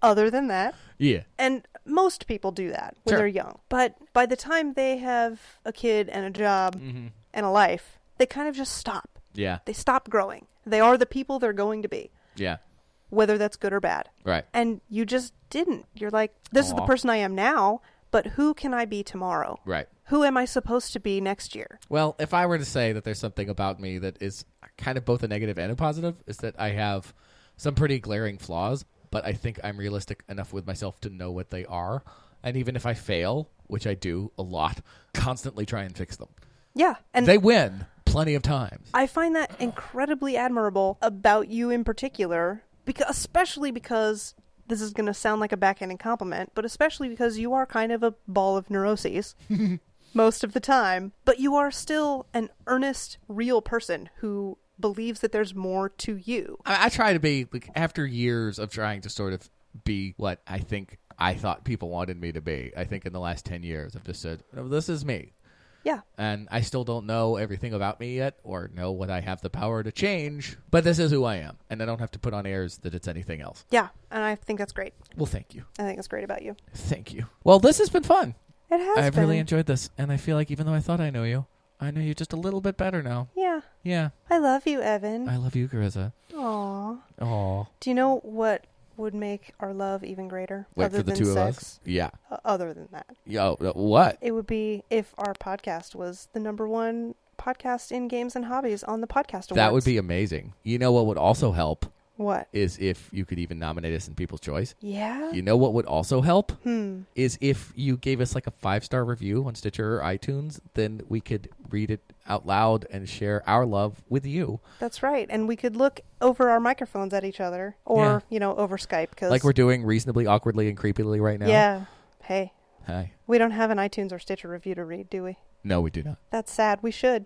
D: Other than that.
C: Yeah.
D: And most people do that when
C: Sure.
D: they're young. But by the time they have a kid and a job
C: Mm-hmm.
D: and a life, they kind of just stop.
C: Yeah.
D: They stop growing. They are the people they're going to be.
C: Yeah.
D: whether that's good or bad.
C: Right.
D: And you just didn't. You're like, this is the
C: Aw.
D: person I am now, but who can I be tomorrow?
C: Right.
D: Who am I supposed to be next year?
C: Well, if I were to say that there's something about me that is kind of both a negative and a positive, is that I have some pretty glaring flaws, but I think I'm realistic enough with myself to know what they are. And even if I fail, which I do a lot, constantly try and fix them.
D: Yeah. And
C: They win plenty of times.
D: I find that incredibly admirable about you in particular, because especially because this is going to sound like a backhanded compliment, but especially because you are kind of a ball of neuroses most of the time, but you are still an earnest, real person who believes that there's more to you.
C: I, I try to be like after years of trying to sort of be what I think I thought people wanted me to be. I think in the last ten years, I've just said, "No, "This is me,"
D: Yeah.
C: and I still don't know everything about me yet, or know what I have the power to change. But this is who I am, and I don't have to put on airs that it's anything else.
D: Yeah, and I think that's great.
C: Well, thank you,
D: I think that's great about you.
C: thank you. Well, this has been fun.
D: It has
C: I've
D: been.
C: really enjoyed this, and I feel like even though I thought I knew you, I know you just a little bit better now.
D: yeah.
C: Yeah,
D: I love you, Evan.
C: I love you, Carissa.
D: Aw.
C: Oh,
D: Do you know what would make our love even greater other than sex?
C: Yeah.
D: O- Other than that.
C: Yo, what?
D: It would be if our podcast was the number one podcast in games and hobbies on the podcast awards.
C: That would be amazing. You know what would also help
D: what?
C: is if you could even nominate us in People's Choice.
D: Yeah.
C: You know what would also help
D: Hmm.
C: is if you gave us like a five star review on Stitcher or iTunes, then we could read it out loud and share our love with you,
D: That's right. And we could look over our microphones at each other, or
C: Yeah.
D: you know, over Skype. Cause
C: like we're doing reasonably awkwardly and creepily right now.
D: yeah. Hey,
C: Hi.
D: we don't have an iTunes or Stitcher review to read, do we?
C: No, we do not.
D: That's sad. We should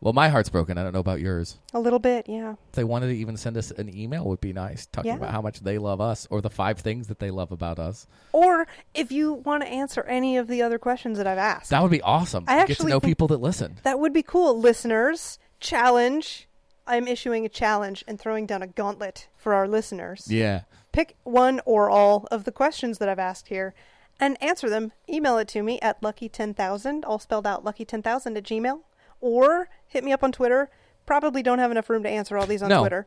C: Well, my heart's broken. I don't know about yours.
D: a little bit. Yeah.
C: If they wanted to even send us an email would be nice, talking
D: Yeah.
C: about how much they love us or the five things that they love about us.
D: Or if you want to answer any of the other questions that I've asked,
C: That would be awesome.
D: I
C: to get to
D: actually
C: know
D: think-
C: people that listen.
D: that would be cool, listeners. Challenge. I'm issuing a challenge and throwing down a gauntlet for our listeners.
C: Yeah.
D: Pick one or all of the questions that I've asked here and answer them. Email it to me at lucky10000, all spelled out lucky10000 at gmail, or hit me up on Twitter. Probably don't have enough room to answer all these on
C: No.
D: Twitter,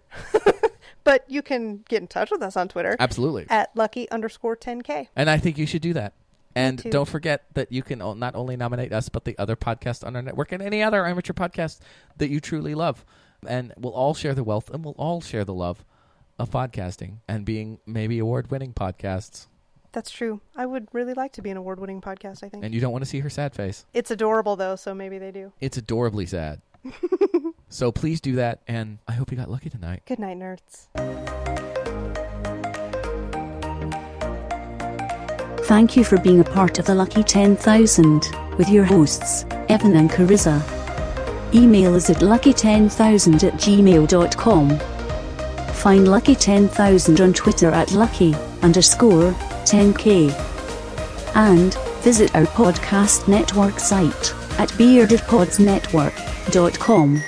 D: but you can get in touch with us on Twitter
C: Absolutely.
D: at lucky underscore 10k.
C: And I think you should do that. And
D: too.
C: don't forget that you can o- not only nominate us, but the other podcast on our network and any other amateur podcast that you truly love. And we'll all share the wealth and we'll all share the love of podcasting and being maybe award winning podcasts.
D: That's true. I would really like to be an award winning podcast, I think.
C: And you don't want to see her sad face.
D: it's adorable, though, so maybe they do.
C: It's adorably sad. so please do that. And I hope you got lucky tonight.
D: Good night, nerds.
B: Thank you for being a part of the Lucky 10,000 with your hosts, Evan and Carissa. Email us at lucky10000 at gmail.com. Find Lucky 10,000 on Twitter at lucky underscore 10k. And visit our podcast network site at beardedpodsnetwork.com.